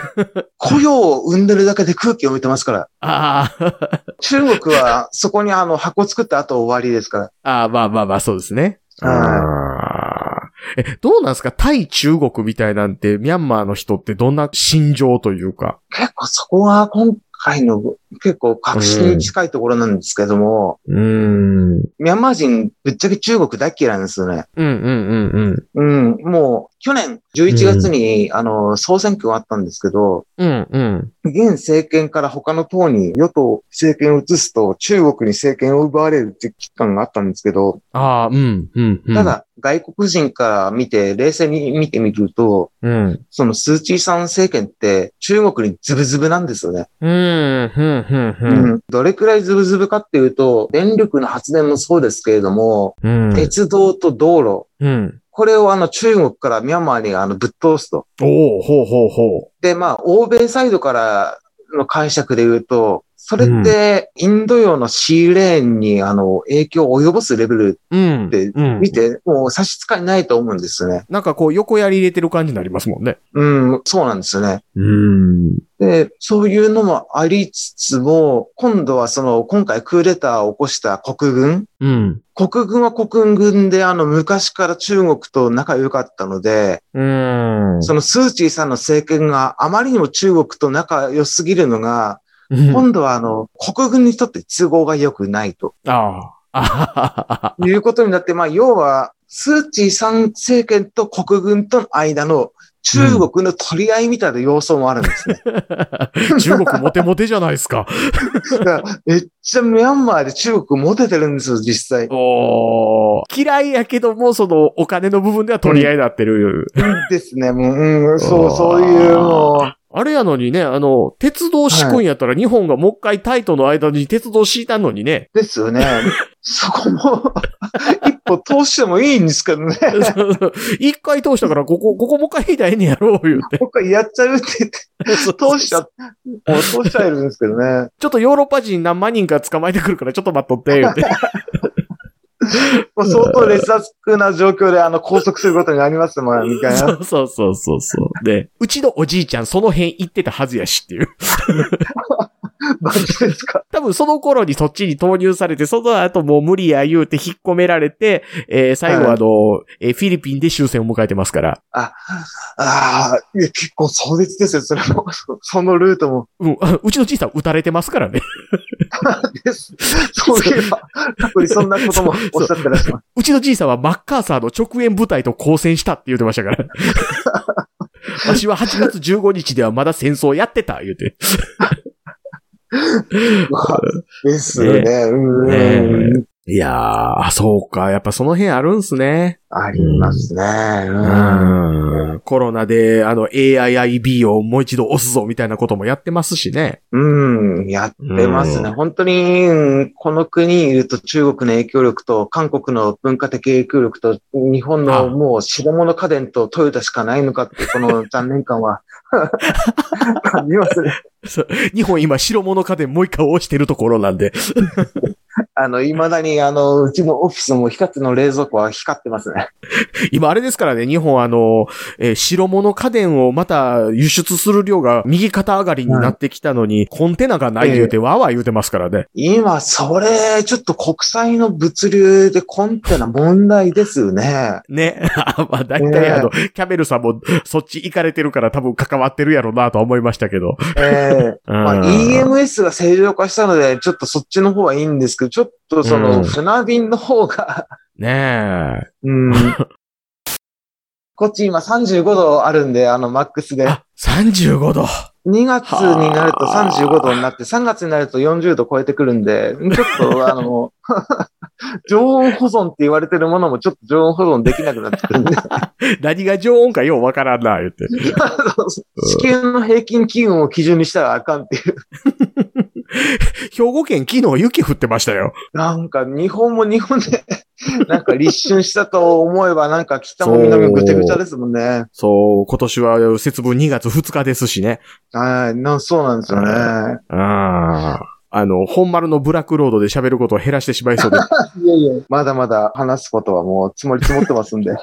S3: 雇用を生んでるだけで空気読めてますから。
S2: ああ、
S3: 中国はそこにあの箱作った後終わりですから。
S2: ああ、まあまあまあ、そうですね。あ
S3: は
S2: あ。え、どうなんですか対中国みたいなんて、ミャンマーの人ってどんな心情というか。
S3: 結構そこは今回の結構核心に近いところなんですけども、
S2: うーん。うん
S3: ミャンマー人ぶっちゃけ中国大っ嫌いなんですよね。
S2: うんうんうん。
S3: うん、もう去年11月に、あの総選挙があったんですけど、
S2: うんうん。
S3: 現政権から他の党に与党政権を移すと中国に政権を奪われるっていう期間があったんですけど、
S2: ああ、うんうんうん。
S3: た、だ外国人から見て冷静に見てみると、
S2: うん。
S3: そのスーチーさん政権って中国にズブズブなんですよね。
S2: うーん、ふん、ふん、ふん。
S3: うんどれくらいズブズブかっていうと、電力の発電もそうですけれども、
S2: うん。
S3: 鉄道と道路、
S2: うん。
S3: これをあの中国からミャンマーにあのぶっ通すと。
S2: おおほうほうほ
S3: で、まあ、欧米サイドからの解釈で言うと、それってインド洋のシーレーンにあの影響を及ぼすレベル
S2: う。うん。
S3: で
S2: うん
S3: 見て、もう差し支えないと思うんですよね。
S2: なんかこう、横やり入れてる感じになりますもんね。
S3: うん、そうなんですよね。
S2: うーん。
S3: で、そういうのもありつつも、今度はその、今回クーデターを起こした国軍
S2: うん。
S3: 国軍は国軍で、あの、昔から中国と仲良かったので、
S2: うーん。
S3: そのスーチーさんの政権があまりにも中国と仲良すぎるのが、今度はあの、国軍にとって都合が良くないと
S2: ああ。あはははは
S3: いうことになって、まあ、要は、スーチーさん政権と国軍との間の中国の取り合いみたいな要素もあるんですね。
S2: 中国モテモテじゃないですか。
S3: だからめっちゃミャンマーで中国モテてるんですよ、実際。
S2: おー嫌いやけども、その、お金の部分では取り合いになってる。
S3: ですね、もう、うん、そう、そういう、もう、
S2: あれやのにね、あの、鉄道敷くんやったら、日本がもう一回タイとの間に鉄道敷いたのに ね。
S3: ですよね。そこも、 一歩通してもいいんですけど ね。
S2: 一回通したから、ここ、ここもう一回引いたらええねやろう、言うて。
S3: 僕はやっちゃうって言って、通しち ゃ、もう通しちゃえるんですけどね。
S2: ちょっとヨーロッパ人何万人か捕まえてくるからちょっと待っとって、言うて。
S3: もう相当劣悪な状況で、あの、拘束することになりますもん、みたい
S2: そ
S3: な。
S2: うそうそうそうそう。で、うちのおじいちゃんその辺行ってたはずやしっていう。
S3: マジですか。
S2: 多分その頃にそっちに投入されて、その後もう無理や言うて引っ込められて、えー最後はあの、えーフィリピンで終戦を迎えてますから。
S3: ああ、いや結構壮絶ですよ、それも。そそのルートも。
S2: うん、あうちのじいさん撃たれてますからね。
S3: です。そういえば、過去にそんなこともおっしゃってらっしゃいます。
S2: うちのじいさんはマッカーサーの直演部隊と交戦したって言うてました から。私は8月15日ではまだ戦争やってた、言うて。
S3: まあですよね。う
S2: ね
S3: ーん。
S2: いやー、そうか。やっぱその辺あるんすね。
S3: ありますね。うん
S2: うんコロナで、あの、AIIB をもう一度押すぞみたいなこともやってますしね。
S3: うん、やってますね。
S2: うん
S3: 本当に、うんこの国にいると中国の影響力と、韓国の文化的影響力と、日本
S2: あ
S3: のもう白物家電とトヨタしかないのかって、この 残念感は、感じますね。
S2: 日本今白物家電もう一回押してるところなんで。
S3: あの、未だに、あの、うちのオフィスも光っての冷蔵庫は光ってますね。
S2: 今あれですからね、日本あの、えー白物家電をまた輸出する量が右肩上がりになってきたのに、コンテナがない言うて、わーわー言うてますからね。
S3: 今、それ、ちょっと国際の物流でコンテナ問題ですよね。
S2: ね。 あまあ大体あの、キャメルさんもそっち行かれてるから多分関わってるやろうなとは思いましたけど。
S3: ええ
S2: うん
S3: まあ、EMS が正常化したので、ちょっとそっちの方はいいんですけど、ちょっとその、
S2: うん
S3: 船便の方が、
S2: ねえ。
S3: うん。こっち今35度あるんで、あの、マックスで。
S2: あ、35度。
S3: 2月になると35度になって、3月になると40度超えてくるんで、ちょっとあの、 常温保存って言われてるものもちょっと常温保存できなくなってくるんで、
S2: 何が常温かようわからんな、言って。
S3: 地球の平均気温を基準にしたらあかんっていう。
S2: 兵庫県昨日雪降ってましたよ。
S3: なんか日本も日本で、なんか立春したと思えばなんか北も南もぐちゃぐちゃですもんね。
S2: そう、今年は節分2月2日ですしね。
S3: はい、な そうなんですよね。
S2: ああ。あの、本丸のブラックロードで喋ることを減らしてしまいそうで
S3: いやいや、まだまだ話すことはもう積もり積もってますんで。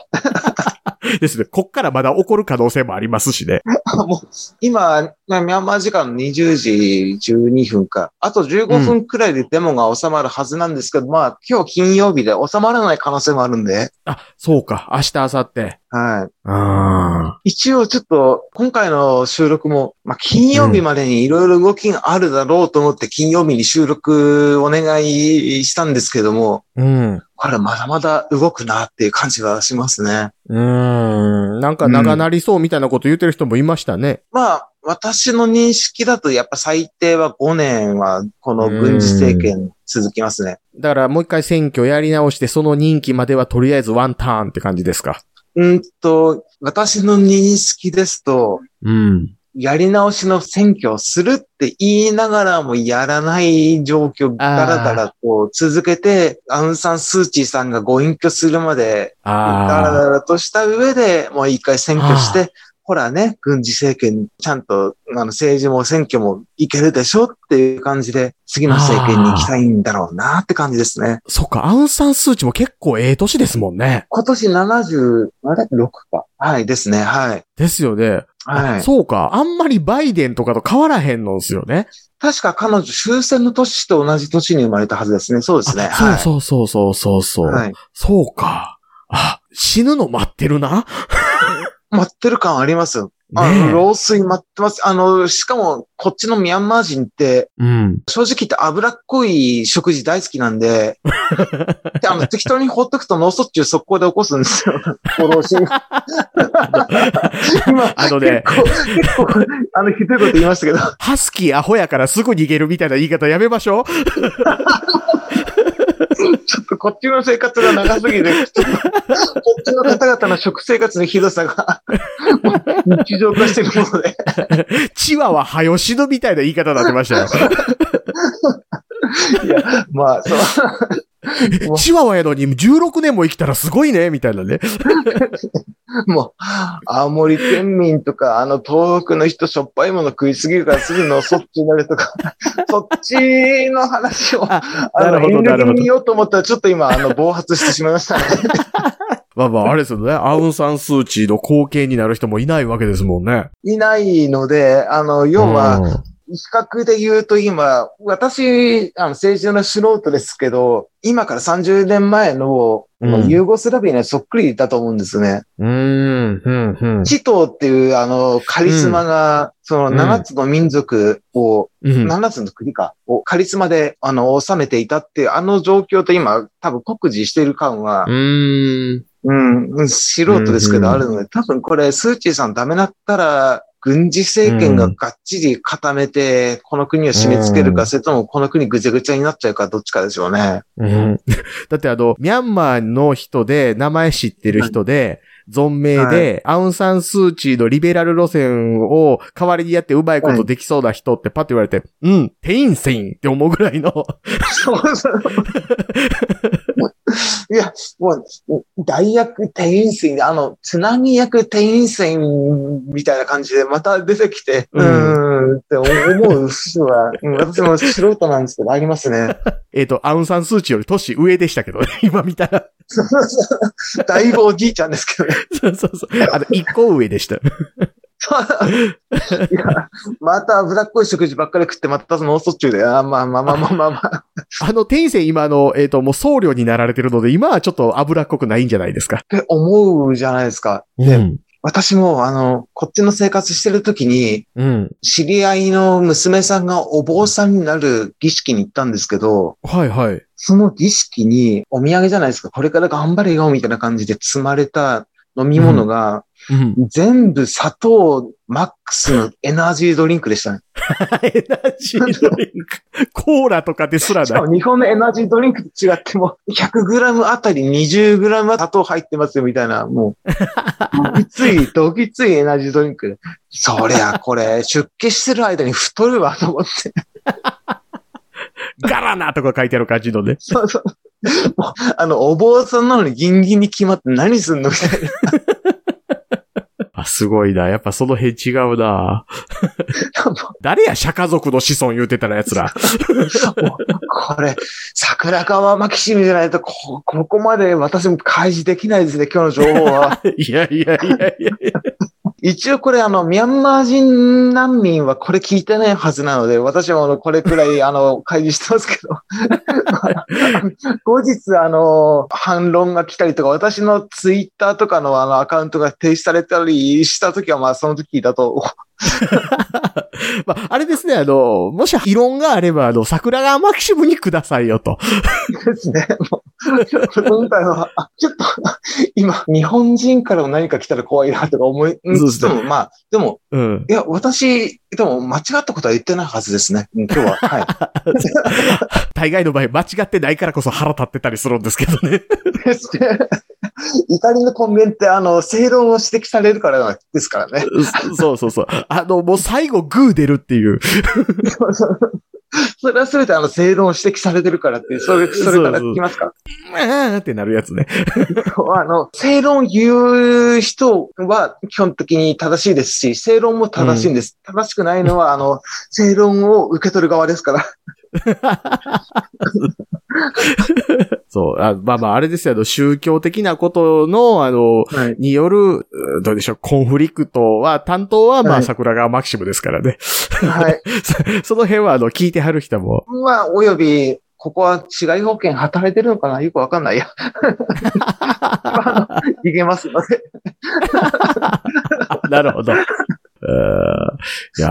S2: ですね。こっからまだ起こる可能性もありますしね。
S3: あもう今、まあミャンマー時間の20時12分か。あと15分くらいでデモが収まるはずなんですけど、まあ今日金曜日で収まらない可能性もあるんで。
S2: あ、そうか。明日、明後日。
S3: はい。
S2: ああ。
S3: 一応ちょっと今回の収録も、まあ金曜日までにいろいろ動きがあるだろうと思って金曜日に収録お願いしたんですけども、
S2: うん。
S3: これまだまだ動くなっていう感じはしますね。
S2: うーん。なんか長なりそうみたいなこと言ってる人もいましたね。
S3: まあ、私の認識だとやっぱ最低は5年はこの軍事政権続きますね。
S2: だからもう一回選挙やり直して、その任期まではとりあえずワンターンって感じですか。
S3: うんと、私の認識ですと、
S2: うん。
S3: やり直しの選挙をするって言いながらもやらない状況、
S2: あー
S3: だらだらと続けて、アウンサン・スー・チーさんがご隠居するまで、だら
S2: ああ。
S3: だらとした上で、もう一回選挙して、ほらね、軍事政権、ちゃんと、あの、政治も選挙もいけるでしょっていう感じで、次の政権に行きたいんだろうなって感じですね。
S2: そっか、アウンサン数値も結構ええ年ですもんね。
S3: 今年70、あれ ?6 か。はい、ですね、はい。
S2: ですよね。
S3: はい。
S2: そうか。あんまりバイデンとかと変わらへんのんすよね。
S3: 確か彼女終戦の年と同じ年に生まれたはずですね。そうですね。
S2: あ
S3: はい。
S2: そうそうそうそうそう。
S3: はい。
S2: そうか。あ、死ぬの待ってるな。
S3: 待ってる感あります。あの、
S2: ね
S3: 老衰待ってます。あの、しかも、こっちのミャンマー人って、
S2: え。うん。
S3: 正直言って脂っこい食事大好きなんで、であの、適当に放っとくと脳卒中速攻で起こすんです よ。ご老人。今、
S2: あのね
S3: 結構、結構、あの、ひどいこと言いましたけど、
S2: ハスキーアホやからすぐ逃げるみたいな言い方やめましょう。
S3: ちょっとこっちの生活が長すぎて、ちょっとこっちの方々の食生活のひどさが、日常化してるもので、
S2: チワは早死ぬみたいな言い方になってましたよ。
S3: まあ、そう、
S2: チワワやのに16年も生きたらすごいね、みたいなね。
S3: もう、青森県民とか、あの、東北の人、しょっぱいもの食いすぎるからすぐのそっちになる とか、そっちの話を、
S2: あ
S3: あ
S2: なる
S3: の、
S2: ほど
S3: 遠
S2: なる
S3: 慮
S2: ほど
S3: 気に言おうと思ったら、ちょっと今、あの、暴発してしまいましたね。
S2: まあまあ、あれですよね。アウンサンスーチーの後継になる人もいないわけですもんね。
S3: いないので、あの、要は、
S2: うん
S3: 比較で言うと今、私、あの、政治の素人ですけど、今から30年前の、
S2: うん
S3: ユーゴスラビアにそっくりだと思うんですね。
S2: うーん、うん、うん
S3: チトーっていう、あの、カリスマが、その
S2: うん
S3: 7つの民族を、
S2: うん。
S3: 7つの国か、をカリスマで、あの、治めていたっていう、あの状況と今、多分酷似している感は、
S2: うーん。
S3: うん、うん素人ですけ
S2: うんう
S3: ど
S2: ん
S3: あるので、多分これ、スーチーさんダメだったら、軍事政権ががっちり固めて、この国を締め付ける
S2: う
S3: か、
S2: ん
S3: それともこの国ぐちゃぐちゃになっちゃうか、どっちかでしょうね。
S2: うん だってあの、ミャンマーの人で、名前知ってる人で、存命で、アウンサンスーチーのリベラル路線を代わりにやってうまいことできそうな人ってパッと言われて、うん、テインセインって思うぐらいの、
S3: そうそう。いや、もう、大役転院生、あの、つなぎ役転院生みたいな感じでまた出てきて、
S2: う
S3: うんん、んって思う節は、うん私も素人なんですけど、ありますね。
S2: えっ、と、アウンサン数値より年上でしたけどね、今見たら。
S3: だいぶおじいちゃんですけどね。
S2: そうそうそう。あの、一個上で した。
S3: いやまた脂っこい食事ばっかり食って、またその脳卒中で、あーまあまあまあまあまあまあ。
S2: あの、天性今あの、えっ、と、もう僧侶になられてるので、今はちょっと脂っこくないんじゃないですか。
S3: って思うじゃないですか。
S2: うん。
S3: 私も、あの、こっちの生活してる時に、
S2: うん。
S3: 知り合いの娘さんがお坊さんになる儀式に行ったんですけど、
S2: はいはい。
S3: その儀式にお土産じゃないですか、これから頑張れよみたいな感じで積まれた飲み物が、
S2: うん。
S3: 全部砂糖マックスのエナジードリンクでしたね。
S2: エナジードリンク。コーラとかですら
S3: し
S2: な
S3: か
S2: い。
S3: も日本のエナジードリンクと違っても、100g あたり 20g は砂糖入ってますよみたいな、もう、どぎつい、どぎついエナジードリンクで。そりゃ、これ、出家してる間に太るわと思って。
S2: ガラナとか書いてある感じのね。
S3: そうそう。もうあの、お坊さんなのにギンギンに決まって何すんのみたいな。
S2: あ、すごいな。やっぱその辺違うな。誰や、釈迦族の子孫言うてたら奴ら。
S3: もうこれ、桜川マキシムじゃないとこ、ここまで私も開示できないですね、今日の情報は。
S2: いやいやいやいやいや。
S3: 一応これ、あの、ミャンマー人難民はこれ聞いてないはずなので、私もあのこれく らい、あの、開示してますけど。後日、あの、反論が来たりとか、私のツイッターとかのあの、アカウントが停止されたりした時は、まあ、その時だと
S2: まあ、あれですね、あの、もし異論があれば、あの、桜川マキシムにくださいよと。
S3: ですね。もうちょっと今回は、あちょっと、今、日本人からも何か来たら怖いなとか思い、うん
S2: そうですね
S3: でもまあ、でも、
S2: うん。
S3: いや、私、でも間違ったことは言ってないはずですね。うん今日は。はい。
S2: 大概の場合、間違ってないからこそ腹立ってたりするんですけどね。
S3: ですね。 怒りの根源って、あの、正論を指摘されるからですから ね。
S2: そうそうそう。あの、もう最後グー出るっていう。
S3: それは全てあの、正論を指摘されてるからって、それ、それから聞きますか
S2: あーってなるやつね。
S3: あの、正論言う人は基本的に正しいですし、正論も正しいんです。正しくないのは、あの、正論を受け取る側ですから。
S2: そう。あまあまあ、あれですよ、あの、宗教的なことの、あの、
S3: はい。
S2: による、うーどうでしょう、コンフリクトは、担当は、ま
S3: は
S2: あ、
S3: い
S2: 桜川マキシムですからね。
S3: はい。
S2: その辺は、あの、聞いてはる人も、
S3: まあ、および、ここは違い保険働いてるのかなよくわか んないや。あの逃げますので。
S2: あなるほど。うーん いや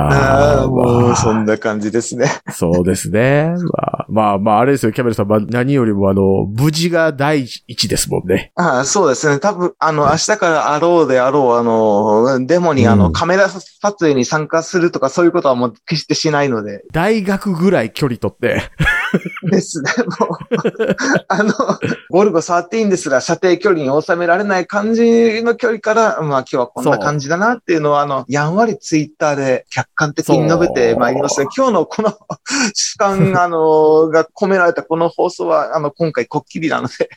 S2: ーまあ
S3: んな感じですね。
S2: そうですね。まあ、まあ、まあ、あれですよ、キャメルさん、まあ、何よりも、あの、無事が第一ですもんね。
S3: ああそうですね。多分、あの、明日からあろうであろう、あの、デモに、あ
S2: う
S3: の、
S2: ん
S3: カメラ撮影に参加するとか、そういうことはもう決してしないので。
S2: 大学ぐらい距離取って、
S3: ですね、もう。あの、ゴルゴ13ですら射程距離に収められない感じの距離から、まあ今日はこんな感じだなっていうのは、あの、やんわりツイッターで客観的に述べてまいりました。今日のこの主観、あの、が込められたこの放送は、あの、今回こっきりなので、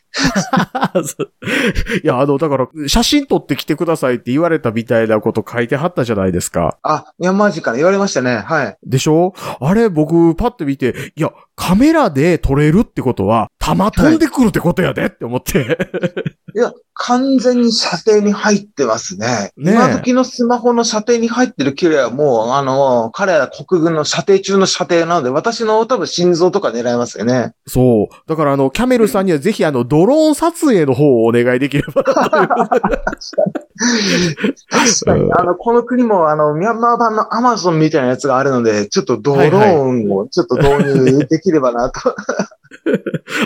S2: いや、あの、だから、写真撮ってきてくださいって言われたみたいなこと書いてはったじゃないですか。
S3: あ、ミャンマー人から言われましたね。はい。
S2: でしょあれ、僕、パッて見て、いや、カメラで撮れるってことは、弾飛んでくるってことやでって思って。
S3: いや、完全に射程に入ってますね。
S2: ねえ
S3: 今時のスマホの射程に入ってる距離はもう、あの、彼ら国軍の射程中の射程なので、私の多分心臓とか狙いますよね。
S2: そう。だから、あの、キャメルさんにはぜひ、あの、ドローン撮影の方をお願いできれば。
S3: 確かに。あの、この国も、あの、ミャンマー版のアマゾンみたいなやつがあるので、ちょっとドローンをちょっと導入できればなと。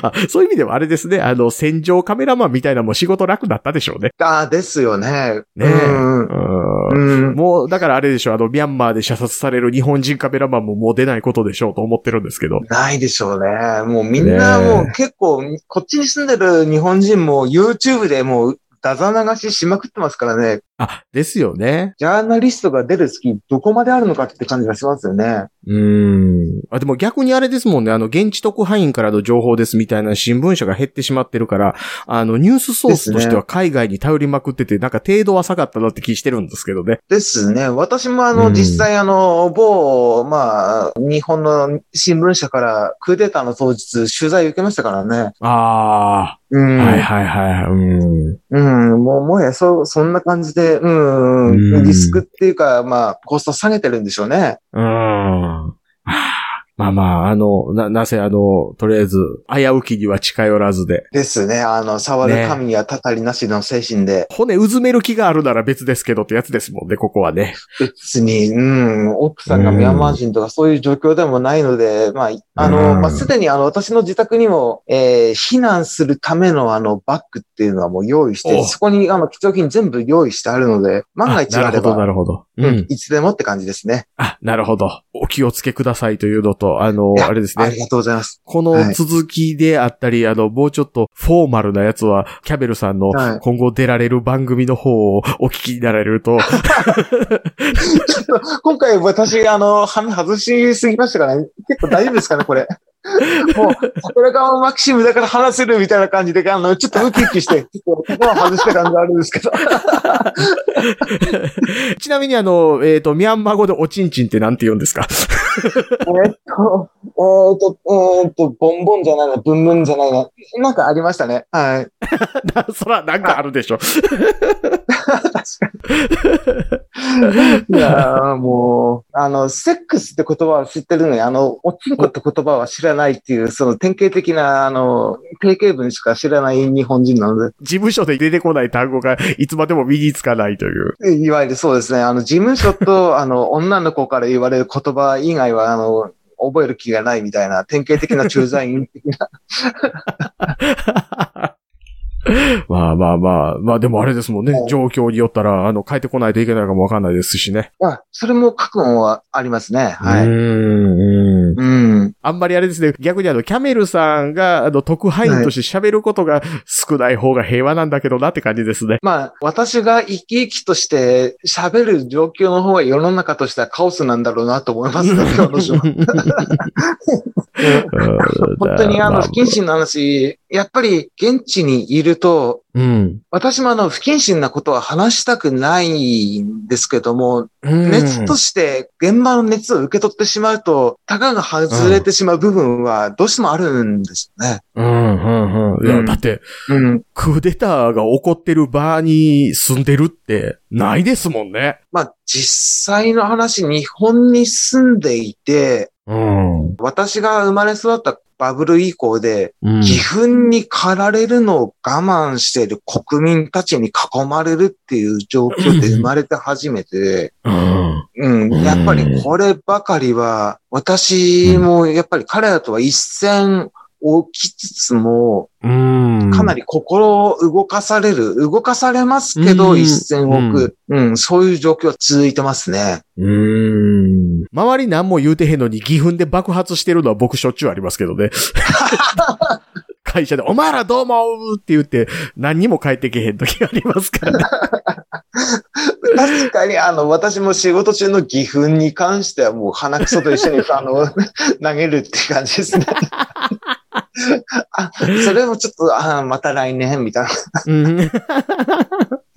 S2: あそういう意味ではあれですね、あの、戦場カメラマンみたいなのも仕事楽だったでしょうね。
S3: ああ、ですよね。
S2: ねえ
S3: うん
S2: う。
S3: うん。うんん。
S2: もう、だからあれでしょう、あの、ミャンマーで射殺される日本人カメラマンももう出ないことでしょうと思ってるんですけど。
S3: ないでしょうね。もうみんなもう
S2: ね
S3: 結構、こっちに住んでる日本人も YouTube でもう、ダザ流ししまくってますからね。
S2: あ、ですよね。
S4: ジャーナリストが出る隙、どこまであるのかって感じがしますよね。
S2: うーん。あ、でも逆にあれですもんね。あの、現地特派員からの情報ですみたいな新聞社が減ってしまってるから、あの、ニュースソースとしては海外に頼りまくってて、なんか程度は下がったなって気してるんですけどね。
S4: ですね。私もあ
S2: う
S4: の、
S2: ん
S4: 実際あの、某、まあ、日本の新聞社からクーデターの当日、取材受けましたからね。
S2: あ
S4: うん。
S2: あ、はいはいはい。うん。
S4: うん。もう、もはや、そう、そんな感じで、うん、
S2: うん
S4: リスクっていうか、まあ、コスト下げてるんでしょうね。
S2: うーん。まあまあ、あの、な、なぜあの、とりあえず、危うきには近寄らずで。
S4: ですね。あの、触
S2: ね
S4: る神にはたたりなしの精神で。
S2: 骨うずめる気があるなら別ですけどってやつですもんね、ここはね。
S4: 別に、うん、奥さんがミャンマー人とかそういう状況でもないので、まあ、あ
S2: う
S4: の、
S2: ん
S4: まあ、すでにあの、私の自宅にも、えー避難するためのあの、バッグっていうのはもう用意し
S2: お
S4: て、そこにあの、貴重品全部用意してあるので、万が一
S2: あ
S4: あ
S2: なる
S4: れ
S2: ほど、な
S4: ば、
S2: るほど。う
S4: うん
S2: ん。
S4: いつでもって感じですね。
S2: あ、なるほど。お気をつけくださいというのと、あの
S4: い、や
S2: あれです
S4: あ
S2: ね
S4: り。がとうございます。
S2: この続きであったり、あの、もうちょっとフォーマルなやつは、キャベルさんの
S4: はい
S2: 今後出られる番組の方をお聞きになられると、
S4: 今回私、あの、鼻外しすぎましたからね。結構大丈夫ですかね、これ。もう、桜川マキシムだから話せるみたいな感じで、あの、ちょっとウキウキして、ちょっと、ここは外した感じがあるんですけど。
S2: ちなみにあの、えっ、と、ミャンマー語でおちんちんってなんて言うんですか
S4: えっと、えーっと、うーんと、ボンボンじゃないな、ブンブンじゃないな。なんかありましたね。はい。
S2: なそら、なんかあるでしょ。
S4: いやーもう、あの、セックスって言葉は知ってるのに、あの、おちんこって言葉は知らないっていう、その典型的な、あの、定型文しか知らない日本人なので、
S2: 事務所で出てこない単語がいつまでも身につかないという。
S4: いわゆるそうですね、あの、事務所 と、あの、女の子から言われる言葉以外は、あの、覚える気がないみたいな、典型的な駐在 員的な。
S2: まあまあまあ、まあでもあれですもんね
S4: は。い
S2: 状況によったら、あの、帰ってこないといけないかもわかんないですしね。
S4: あそれも覚悟はありますね。は
S2: う
S4: い。
S2: ん、うん。
S4: うん。
S2: あんまりあれですね。逆にあの、キャメルさんが、あの、特派員として喋ることが少ない方が平和なんだけどなって感じですね。
S4: まあ、私が生き生きとして喋る状況の方が世の中としてはカオスなんだろうなと思いますね、今日の 人は本当にあの、不謹慎な話、やっぱり現地にいると、
S2: うん。
S4: 私もあの、不謹慎なことは話したくないんですけども、
S2: うん
S4: 熱として、現場の熱を受け取ってしまうと、たかが外れてしまう部分はどうしてもあるんですよね。
S2: うん、うん、うん。いや、だって、
S4: うん。
S2: クーデターが起こってる場に住んでるって、ないですもんね。
S4: まあ、実際の話、日本に住んでいて、
S2: うん。
S4: 私が生まれ育ったバブル以降で、
S2: うん。
S4: 義憤に駆られるのを我慢している国民たちに囲まれるっていう状況で生まれて初めて、
S2: うん。
S4: うん、やっぱりこればかりは、私もやっぱり彼らとは一線を置きつつも、
S2: うん。
S4: かなり心を動かされる、動かされますけ
S2: う
S4: ど
S2: ん
S4: 一線を置く、うん、そういう状況は続いてますね。
S2: うーん。周り何も言うてへんのに、義憤で爆発してるのは僕しょっちゅうありますけどね。会社で、お前らどう思うって言って、何にも帰ってけへん時がありますからね。
S4: 確かに、あの、私も仕事中の義憤に関してはもう鼻くそと一緒に、あの、投げるって感じですね。あ、それもちょっと、あまた来年、みたいな。
S2: うん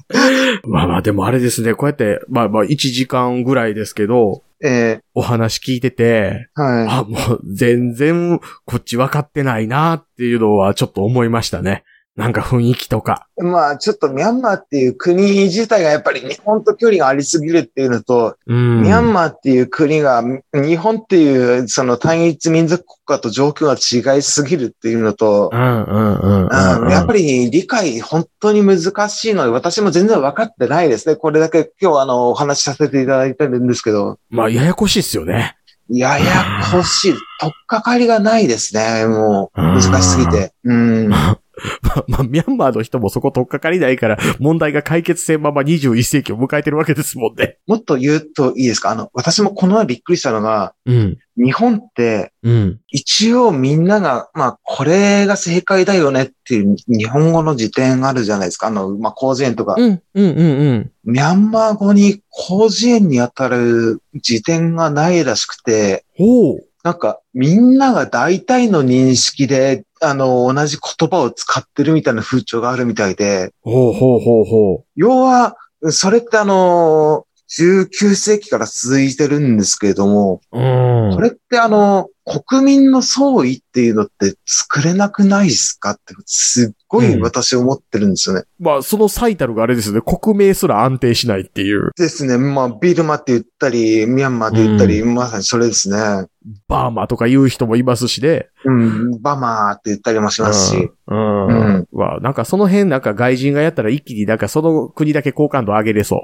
S2: まあまあ、でもあれですね、こうやって、まあまあ、1時間ぐらいですけど、
S4: え
S2: お話聞いてて、
S4: えはい。
S2: あ、もう全然こっち分かってないなっていうのはちょっと思いましたね。なんか雰囲気とか。
S4: まあ、ちょっとミャンマーっていう国自体がやっぱり日本と距離がありすぎるっていうのと、
S2: うん
S4: ミャンマーっていう国が、日本っていう、その単一民族国家と状況が違いすぎるっていうのと、
S2: うんうんうんうんう
S4: うん
S2: ん。
S4: やっぱり理解本当に難しいので、私も全然分かってないですね。これだけ今日あの、お話しさせていただいてるんですけど、
S2: まあ、ややこしいっすよね。
S4: ややこしい。とっかかりがないですね。もう、
S2: うん
S4: 難しすぎて。うん。
S2: まあ、 まあ、ミャンマーの人もそこ取っかかりないから、問題が解決せんまま21世紀を迎えてるわけですもんね。
S4: もっと言うといいですかあの、私もこの前びっくりしたのが、
S2: うん。
S4: 日本って、
S2: うん。
S4: 一応みんなが、まあ、これが正解だよねっていう日本語の辞典あるじゃないですか。あの、まあ、広辞苑とか。
S2: うん、うん、うん、
S4: ミャンマー語に広辞苑にあたる辞典がないらしくて、
S2: ほう。
S4: なんか、みんなが大体の認識で、あの、同じ言葉を使ってるみたいな風潮があるみたいで、
S2: ほうほうほうほ
S4: 要は、それってあの、19世紀から続いてるんですけれども、
S2: う。うん。
S4: これってあの、国民の総意っていうのって作れなくないですかって、すっごい私思ってるんですよね。
S2: まあ、その最たるがあれですね。国名すら安定しないっていう。
S4: ですね。まあ、ビルマって言ったり、ミャンマーって言ったり、まさにそれですね。
S2: バーマとか言う人もいますしね。
S4: うん、バマーって言ったりもしますし。
S2: うん。
S4: う
S2: うん
S4: ん。
S2: わあなんかその辺なんか外人がやったら一気になんかその国だけ好感度上げれそ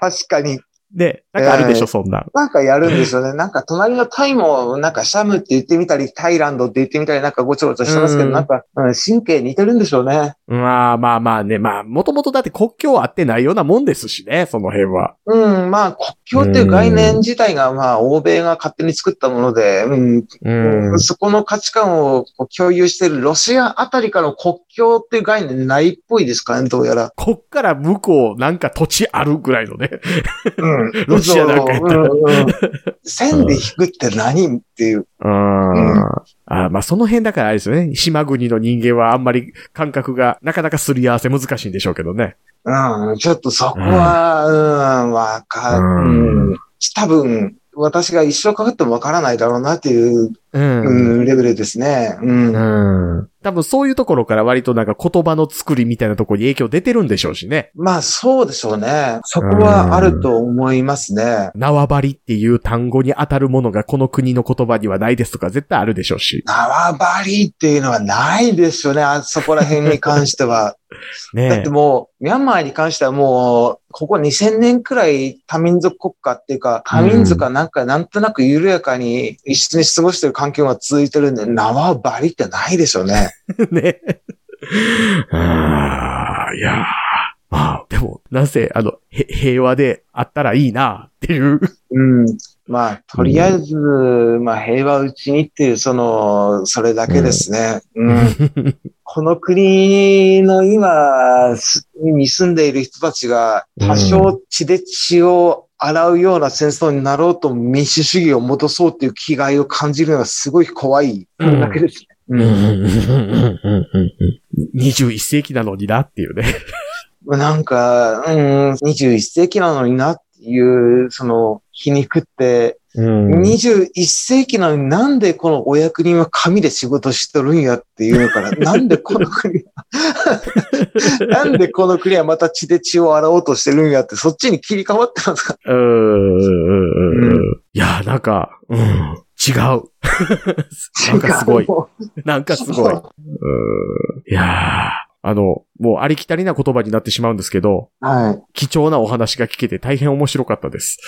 S4: 確かに、
S2: う。で、なんかあるでしょ、
S4: えー
S2: そんなん。
S4: なんかやるんですよね。なんか隣のタイも、なんかシャムって言ってみたり、タイランドって言ってみたり、なんかごちゃごちゃしてますけど、
S2: うん
S4: なんか、うん神経似てるんでしょうね。
S2: まあまあまあね、まあ、もともとだって国境あってないようなもんですしね、その辺は。
S4: うん、まあ、国境っていう概念自体が、まあ、欧米が勝手に作ったもので、うん、
S2: うん。
S4: そこの価値観をこう共有してるロシアあたりからの国境っていう概念ないっぽいですかね、どうやら。
S2: こっから向こうなんか土地あるぐらい のね。
S4: うん。
S2: ロシアなんかやったら
S4: そううんうん線で引くって何っていう。
S2: うん。あまあその辺だからあれですよね。島国の人間はあんまり感覚がなかなかすり合わせ難しいんでしょうけどね。
S4: うん、ちょっとそこは、うん、わか
S2: うん
S4: うん。多分、私が一生かかってもわからないだろうなっていう、
S2: うん。
S4: うん、レベルですね。うん。
S2: うん。多分そういうところから割となんか言葉の作りみたいなところに影響出てるんでしょうしね。
S4: まあ、そうでしょうね。そこはあると思いますね。
S2: 縄張りっていう単語に当たるものがこの国の言葉にはないですとか絶対あるでしょうし。
S4: 縄張りっていうのはないですよね。あそこら辺に関しては。だっ
S2: ね
S4: てもう、ミャンマーに関してはもう、ここ2000年くらい多民族国家っていうか、多民族がなんかなんとなく緩やかに一緒に過ごしてる環境が続いてるんで、縄張りってないでしょうね。
S2: え。 ねえ。あーいやーまあ、でも、なんせ、あの、へ平和であったらいいなっていう。
S4: うん。まあ、とりあえず、まあ、平和うちにっていう、その、それだけですね。うん。 この国の今、すに住んでいる人たちが、多少血で血を洗うような戦争になろうと民主主義を戻そうっていう気概を感じるのがすごい怖い。
S2: うん
S4: それだけですね。う
S2: うんうん
S4: ん。
S2: うんうんうんうん21世紀なのになっていうね。
S4: なんか、うん、21世紀なのになっていう、その、皮肉って、
S2: うん。
S4: 21世紀なのになんでこのお役人は紙で仕事しとるんやっていうのから、なんでこの国は、 なんでこの国はまた血で血を洗おうとしてるんやって、そっちに切り替わってますか
S2: うんうんうんう
S4: うん
S2: いやー、なんか、うん、違う。なんかすごい。なんかすごい。
S4: は
S2: うんいやーあの、もうありきたりな言葉になってしまうんですけど、
S4: い。
S2: 貴重なお話が聞けて大変面白かったです。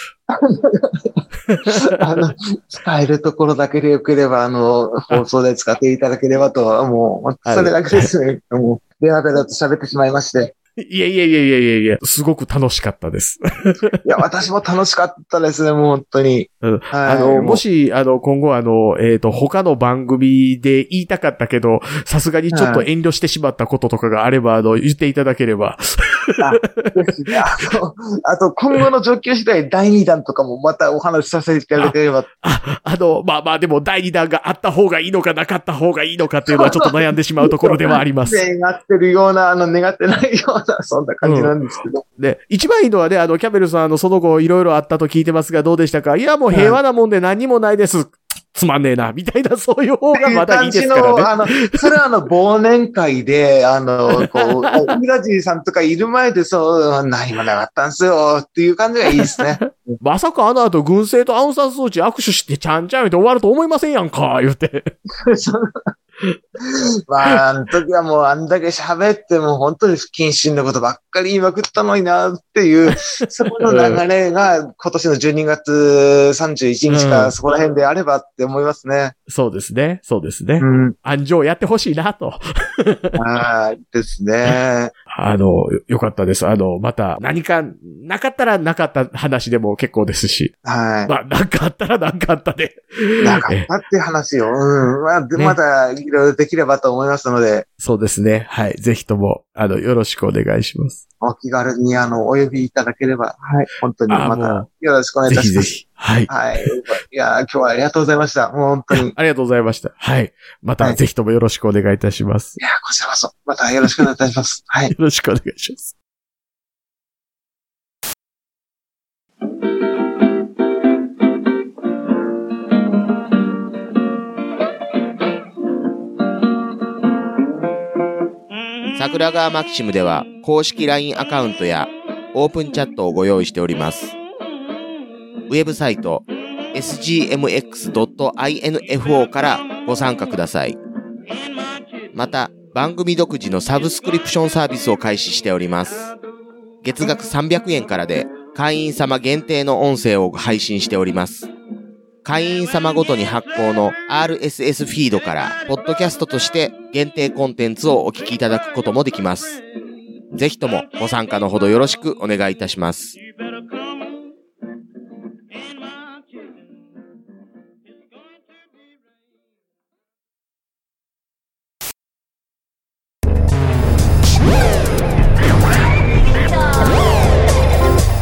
S4: あの、使えるところだけでよければ、あの、放送で使っていただければとは、もう、
S2: はい
S4: それだけですね。もう、ベラベラと 喋ってしまいまして。
S2: いやいやいやいやいやいや、すごく楽しかったです。
S4: いや、私も楽しかったですね、もう本当 に。
S2: う
S4: は
S2: ん
S4: い
S2: あの、
S4: も
S2: も
S4: う
S2: し、あの、今後、あの、えっ、と、他の番組で言いたかったけど、さすがにちょっと遠慮してしまったこととかがあれば、あの、言っていただければ。
S4: ですねあと、あと今後の上級次第第2弾とかもまたお話しさせていただければ。
S2: あ、あの、まあまあ、でも第2弾があった方がいいのかなかった方がいいのかっていう のはちょっと悩んでしまうところではあります。
S4: 願ってるような、あの、願ってないような、そんな感じなんですけど。
S2: で、一番いいのはね、あの、キャメルさん、あの、その後いろいろあったと聞いてますが、どうでしたかいや、もう平和なもんで何にもないです。つまんねえな、みたいな、そういう
S4: っ
S2: 方
S4: て
S2: が
S4: い
S2: ま
S4: う
S2: だい
S4: 感
S2: いで
S4: じ
S2: す
S4: の、
S2: からね。
S4: あの、それはあの、忘年会で、あの、こう、 ミラジーさんとかいる前で、そう、何もなかったんですよ、っていう感じがいいですね。
S2: まさかあの後、軍 政とアウンサンスーチ握手してちゃんちゃん言って終わると思いませんやんか、言って。
S4: そ
S3: まあ、あの時はもうあんだけ喋っても本当に不謹慎なことばっかり言いまくったのになっていう、そこの流れが今年の12月31日
S2: う
S3: か
S2: ん
S3: そこら辺であればって思いますね。
S2: そうですね。そうですね。
S3: うん。
S2: 安城やってほしいなと。
S3: はい。ですね。
S2: あの、よよかったです。あの、また何かなかったらなかった話でも結構ですし。
S3: はい。
S2: まあ、なんかあったらなんかあったで。
S3: なんかあ
S2: え
S3: ったっていう話よ。うん。まあ、で
S2: ね
S3: またいろいろできればと思いますので、
S2: そうですね。はい。ぜひとも、あの、よろしくお願いします。
S3: お気軽にあの、お呼びいただければ、はい。本当に
S2: あー
S3: また
S2: も
S3: よろしくお願いい
S2: ぜ
S3: た
S2: ひ
S3: し
S2: ぜ
S3: ます。
S2: ひ。はい。
S3: はい。いやー、今日はありがとうございました。もう本当に。
S2: ありがとうございました。はい。また、
S3: はい
S2: ぜひともよろしくお願いいたします。
S3: いや、こちらこそ。またよろしくお願いいたします。はい。
S2: よろしくお願いします。
S1: 桜川マキシムでは公式 LINE アカウントやオープンチャットをご用意しております。ウェブサイト sgmx.info からご参加ください。また、番組独自のサブスクリプションサービスを開始しております。月額300円からで会員様限定の音声を配信しております。会員様ごとに発行の RSS フィードから、ポッドキャストとして限定コンテンツをお聞きいただくこともできます。ぜひともご参加のほどよろしくお願いいたします。
S5: You better come in my kitchen. It's going to be rain.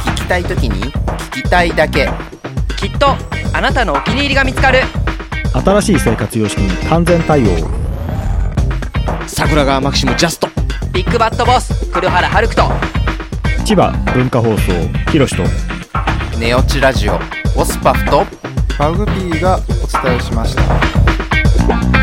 S6: 聞きたいときに聞きたいだけ
S7: きっとあなたのお気に入りが見つかる
S8: 新しい生活様式に完全対応
S1: 桜川マキシムジャスト
S7: ビッグバットボス黒原遥人
S8: 千葉文化放送ひろしと
S6: ネオチラジオオスパフと
S9: マグピーがお伝えしました